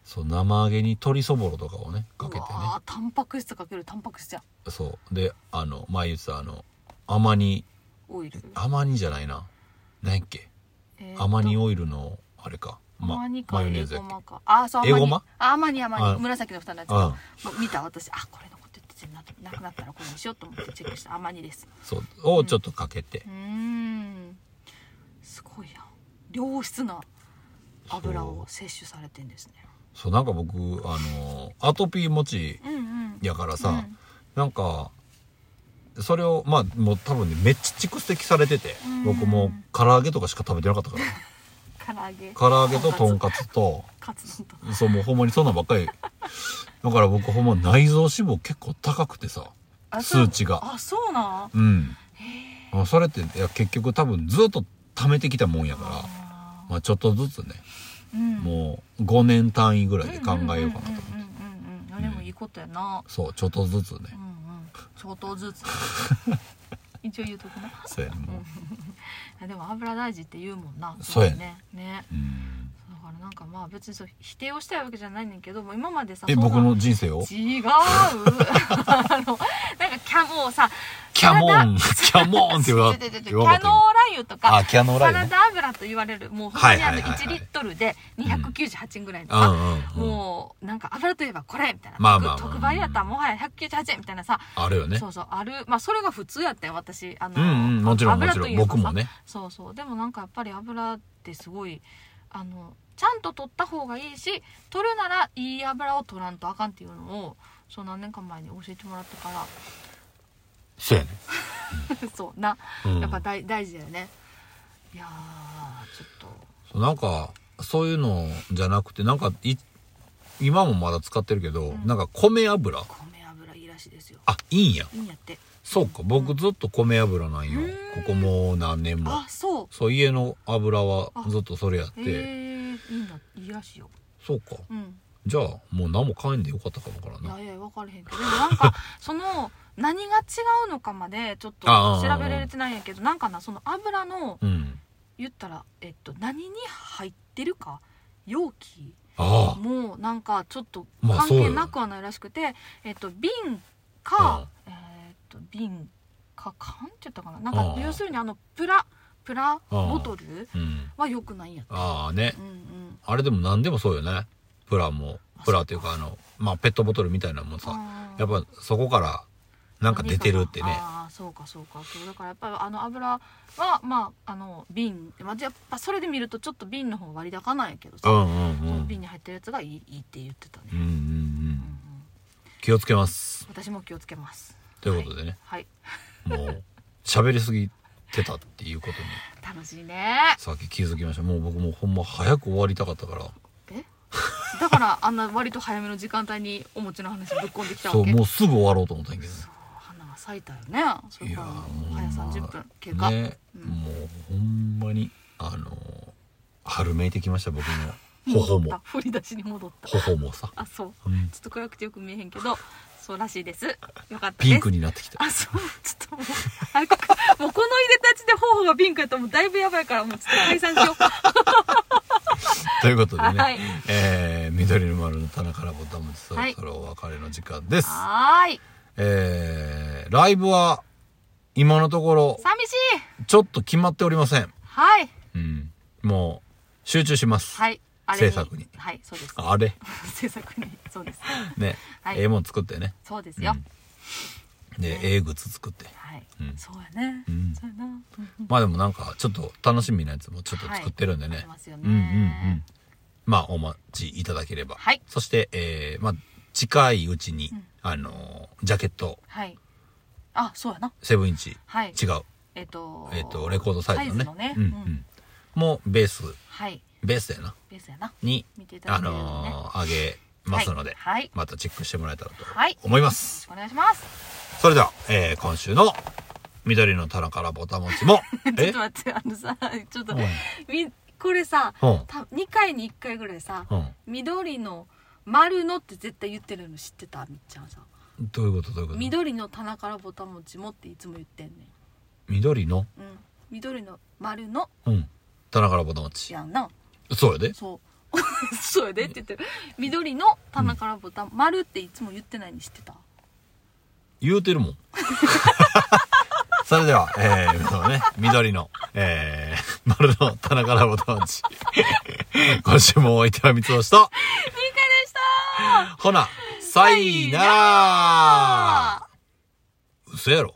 Speaker 1: そう生揚げに鶏そぼろとかをねかけてね
Speaker 2: うわータンパク質かけるタンパク質じゃん
Speaker 1: そうであの前言ってたあの甘煮
Speaker 2: オイル
Speaker 1: 甘煮じゃないな何やっけ
Speaker 2: えーと
Speaker 1: 甘煮オイルのあれか、ま
Speaker 2: 甘煮か
Speaker 1: マヨネーズやっ
Speaker 2: エゴ
Speaker 1: け
Speaker 2: マかあそう
Speaker 1: エゴ
Speaker 2: 甘煮
Speaker 1: マ
Speaker 3: あ甘に甘
Speaker 1: あ
Speaker 3: に紫の蓋のやつ
Speaker 1: うん
Speaker 3: もう見た私あこれ残っててななくなったらこれにしようと思ってチェックした甘にです
Speaker 1: そうをちょっとかけて
Speaker 2: うーんすごいやん良質な油を摂取されてんですね
Speaker 1: そうなんか僕あのアトピー持ち
Speaker 2: うんうん
Speaker 1: やからさ、
Speaker 2: うん
Speaker 1: なんかそれをまあもう多分ねめっちゃ蓄積されてて、
Speaker 2: うん
Speaker 1: 僕もう唐揚げとかしか食べてなかったから
Speaker 2: 唐揚げ
Speaker 1: 唐揚げ ととんかつと
Speaker 2: カツ丼と
Speaker 1: そうもうほんまにそんなんばっかりだから僕ほんま内臓脂肪結構高くてさ
Speaker 2: あそう
Speaker 1: 数値が
Speaker 2: あそうなん
Speaker 1: うんあそれっていや結局多分ずっと溜めてきたもんやから
Speaker 2: あ
Speaker 1: まあちょっとずつね、
Speaker 2: ーうん
Speaker 1: もう5年単位ぐらいで考えようかなと思って、
Speaker 2: うんうんうんうんうんうんあでもいいことやな
Speaker 1: そうちょっとずつね
Speaker 2: うんうん相当ず つ一応言うとくな
Speaker 1: そうやねもう
Speaker 2: あでも油大事って言うもんな
Speaker 1: そうや
Speaker 2: ねね
Speaker 1: うん
Speaker 2: だからなんかまあ別にそう否定をしたいわけじゃないねんけどもう今までさ
Speaker 1: え
Speaker 2: そんな
Speaker 1: 僕の人生を
Speaker 2: 違う あのなんかキャもうさ
Speaker 1: キャモンキャモンって言わ
Speaker 2: 違う違う違うキャ
Speaker 1: 言
Speaker 2: ノ
Speaker 1: わ
Speaker 2: ー
Speaker 1: なかっ
Speaker 2: ラ
Speaker 1: たよ
Speaker 2: 油とか
Speaker 1: あキャノーラ油
Speaker 2: サラ
Speaker 1: ね
Speaker 2: ダ油と言われるもう本当にあ
Speaker 1: は
Speaker 2: の
Speaker 1: いはいはい
Speaker 2: 1
Speaker 1: はい
Speaker 2: リットルで298円ぐらいの
Speaker 1: う
Speaker 2: さ、
Speaker 1: んうんうん
Speaker 2: もうなんか油といえばこれみたいな、
Speaker 1: まあまあまあ
Speaker 2: 特特売やったらもはや198円みたいなさ、
Speaker 1: あるよね
Speaker 2: そうそうあるまあそれが普通やったよ私あの、
Speaker 1: うんうんもちろんも
Speaker 2: 油
Speaker 1: ち
Speaker 2: と
Speaker 1: ろ
Speaker 2: い
Speaker 1: ん
Speaker 2: えばさ
Speaker 1: 僕もね
Speaker 2: そうそうでもなんかやっぱり油ってすごいあのちゃんと取った方がいいし取るならいい油を取らんとあかんっていうのをそう何年か前に教えてもら ってか
Speaker 1: そうやね
Speaker 2: らそうな
Speaker 1: うん
Speaker 2: やっぱ大大事だよねいやーちょっ
Speaker 1: そうなんかそういうのじゃなくてなんかい今もまだ使ってるけど、
Speaker 2: うん
Speaker 1: なんか米油
Speaker 3: 米油いいらしいですよ
Speaker 1: あいいんや
Speaker 3: いいんやって
Speaker 1: そうか僕ずっと米油なんよ
Speaker 2: うん
Speaker 1: ここもう何年も
Speaker 2: とあそう
Speaker 1: そう家の油はずっとそれやっ
Speaker 2: へえ
Speaker 1: て
Speaker 2: いいんだいいらしいよ
Speaker 1: そうか
Speaker 2: うん
Speaker 1: じゃあもう何も買えんでよかったかもから
Speaker 2: い
Speaker 1: な
Speaker 2: やいや分かれへんけどでもな んかその何が違うのかまでちょっと
Speaker 1: あ
Speaker 2: 調
Speaker 1: あああ
Speaker 2: べられてないんやけどなんかなその油の
Speaker 1: うん
Speaker 2: 言ったら、えっと、何に入ってるか容器
Speaker 1: ああ
Speaker 2: もなんかちょっと
Speaker 1: まあ
Speaker 2: 関
Speaker 1: そうよ
Speaker 2: 係なくはないらしくて、えっと、瓶か、えっと瓶か缶って言ったかななんか
Speaker 1: ああ
Speaker 2: 要するにあのプラプラボトル
Speaker 1: うん
Speaker 2: は良くないんやって。
Speaker 1: ああね
Speaker 2: うんうん
Speaker 1: あれでも何でもそうよねプラも
Speaker 2: あ
Speaker 1: プラっていうかあのまあペットボトルみたいなのもさ
Speaker 2: あー
Speaker 1: やっぱそこからなんか出てるってね
Speaker 2: ああそうかそうかそうだからやっぱりあの油はまああの瓶、まあ、やっぱそれで見るとちょっと瓶の方割高なんやけど
Speaker 1: う
Speaker 2: さ、
Speaker 1: んうんう
Speaker 2: その
Speaker 1: ん
Speaker 2: 瓶に入ってるやつがいいいいって言ってたね、
Speaker 1: うんうんう
Speaker 2: うんうんん
Speaker 1: 気をつけます
Speaker 2: 私も気をつけます
Speaker 1: ということでね、
Speaker 2: はい
Speaker 1: もう喋りすぎてたっていうことに
Speaker 2: 楽しいね
Speaker 1: さっき気づきましたもう僕もうほんま早く終わりたかったから
Speaker 2: え だからあんな割と早めの時間帯にお餅の話ぶっこんできた
Speaker 1: そ
Speaker 2: わ
Speaker 1: う
Speaker 2: け
Speaker 1: もうすぐ終わろうと思ったんやけどね
Speaker 2: そう花が咲いたよねそれか
Speaker 1: い
Speaker 2: ら
Speaker 1: や
Speaker 2: も
Speaker 1: ー
Speaker 2: う
Speaker 1: もう
Speaker 2: 早30分経過、
Speaker 1: ね、
Speaker 2: うん
Speaker 1: もうほんまにあのー春めいてきました僕の頬
Speaker 2: 戻っ
Speaker 1: も
Speaker 2: た振り出しに戻った
Speaker 1: 頬もさ、
Speaker 2: あそう
Speaker 1: うん
Speaker 2: ちょっと暗くてよく見えへんけどそうらしいですよかったです
Speaker 1: ピンクになってきた
Speaker 2: あ、そう、ちょっともう、あこもうこのいでたちで頬がピンクやったらもうだいぶやばいから、もうちょっと解散しよう。
Speaker 1: ということでね、
Speaker 2: はい
Speaker 1: えー緑の丸の棚からボタンもそ
Speaker 2: は
Speaker 1: ろ
Speaker 2: い
Speaker 1: そろお別れの時間です、
Speaker 2: はーい。
Speaker 1: えーライブは今のところ
Speaker 2: 寂しい
Speaker 1: ちょっと決まっておりません
Speaker 2: はい。
Speaker 1: うんもう集中します、
Speaker 2: はい。あれに
Speaker 1: 制作に
Speaker 2: はい、そうです。
Speaker 1: あれ
Speaker 2: 制作に。そうです。
Speaker 1: ね、
Speaker 2: はい
Speaker 1: ええもん作ってね
Speaker 2: そうですよ。
Speaker 1: うんでええグッズ作って
Speaker 2: はい、
Speaker 1: うん
Speaker 2: そうやね。
Speaker 1: うん
Speaker 2: そうやな。うんうん
Speaker 1: まあでもなんかちょっと楽しみなやつもちょっと作ってるんでね、
Speaker 2: ありますよ
Speaker 1: うんうんうん
Speaker 2: ね。
Speaker 1: まあ、お待ちいただければ。
Speaker 2: はい
Speaker 1: そして、えー、まあ、近いうちに、
Speaker 2: うん
Speaker 1: あのー、ジャケット、
Speaker 2: はい。あ、そうやな。
Speaker 1: セブンインチ、
Speaker 2: はい。
Speaker 1: 違う、
Speaker 2: えっと、
Speaker 1: えっ、と、レコードサイズのね。
Speaker 2: サイズのね
Speaker 1: うん、う
Speaker 2: うん
Speaker 1: ん。もう、ベース、
Speaker 2: はい。
Speaker 1: ベースだよな。
Speaker 2: ベースやな。
Speaker 1: に、
Speaker 2: 見ていただ
Speaker 1: あ
Speaker 2: ければね。
Speaker 1: のー、あげますので、
Speaker 2: はいはい
Speaker 1: またチェックしてもらえたらと
Speaker 2: はい
Speaker 1: 思います。
Speaker 2: お願いします。
Speaker 1: それでは、えー、今週の、緑の棚からぼたもちも、
Speaker 2: ちょっ
Speaker 1: え
Speaker 2: と待って、あのさ、ちょっと、
Speaker 1: う
Speaker 2: み、これさ、
Speaker 1: ん。うん。
Speaker 3: た2回に1回ぐらいさ
Speaker 1: うん。
Speaker 3: 「緑の丸の」って絶対言ってるの知ってたみっちゃんさん
Speaker 1: どういうことどういう
Speaker 3: 「
Speaker 1: こと
Speaker 3: 緑の棚からぼたもちも」っていつも言ってんね
Speaker 1: 緑の、
Speaker 3: んうん緑の丸の
Speaker 1: うん。棚からぼたもち。
Speaker 3: やんな
Speaker 1: そうやで。
Speaker 3: そうそう やでって言ってる緑の棚からぼた丸っていつも言ってないに知ってた
Speaker 1: 言うてるもん。 それでは、えー、そうね、緑の、えー、丸の棚からぼたもち。今週もお相手は三つ星と、
Speaker 3: ミカでした
Speaker 1: ほな、さいなら嘘やろ。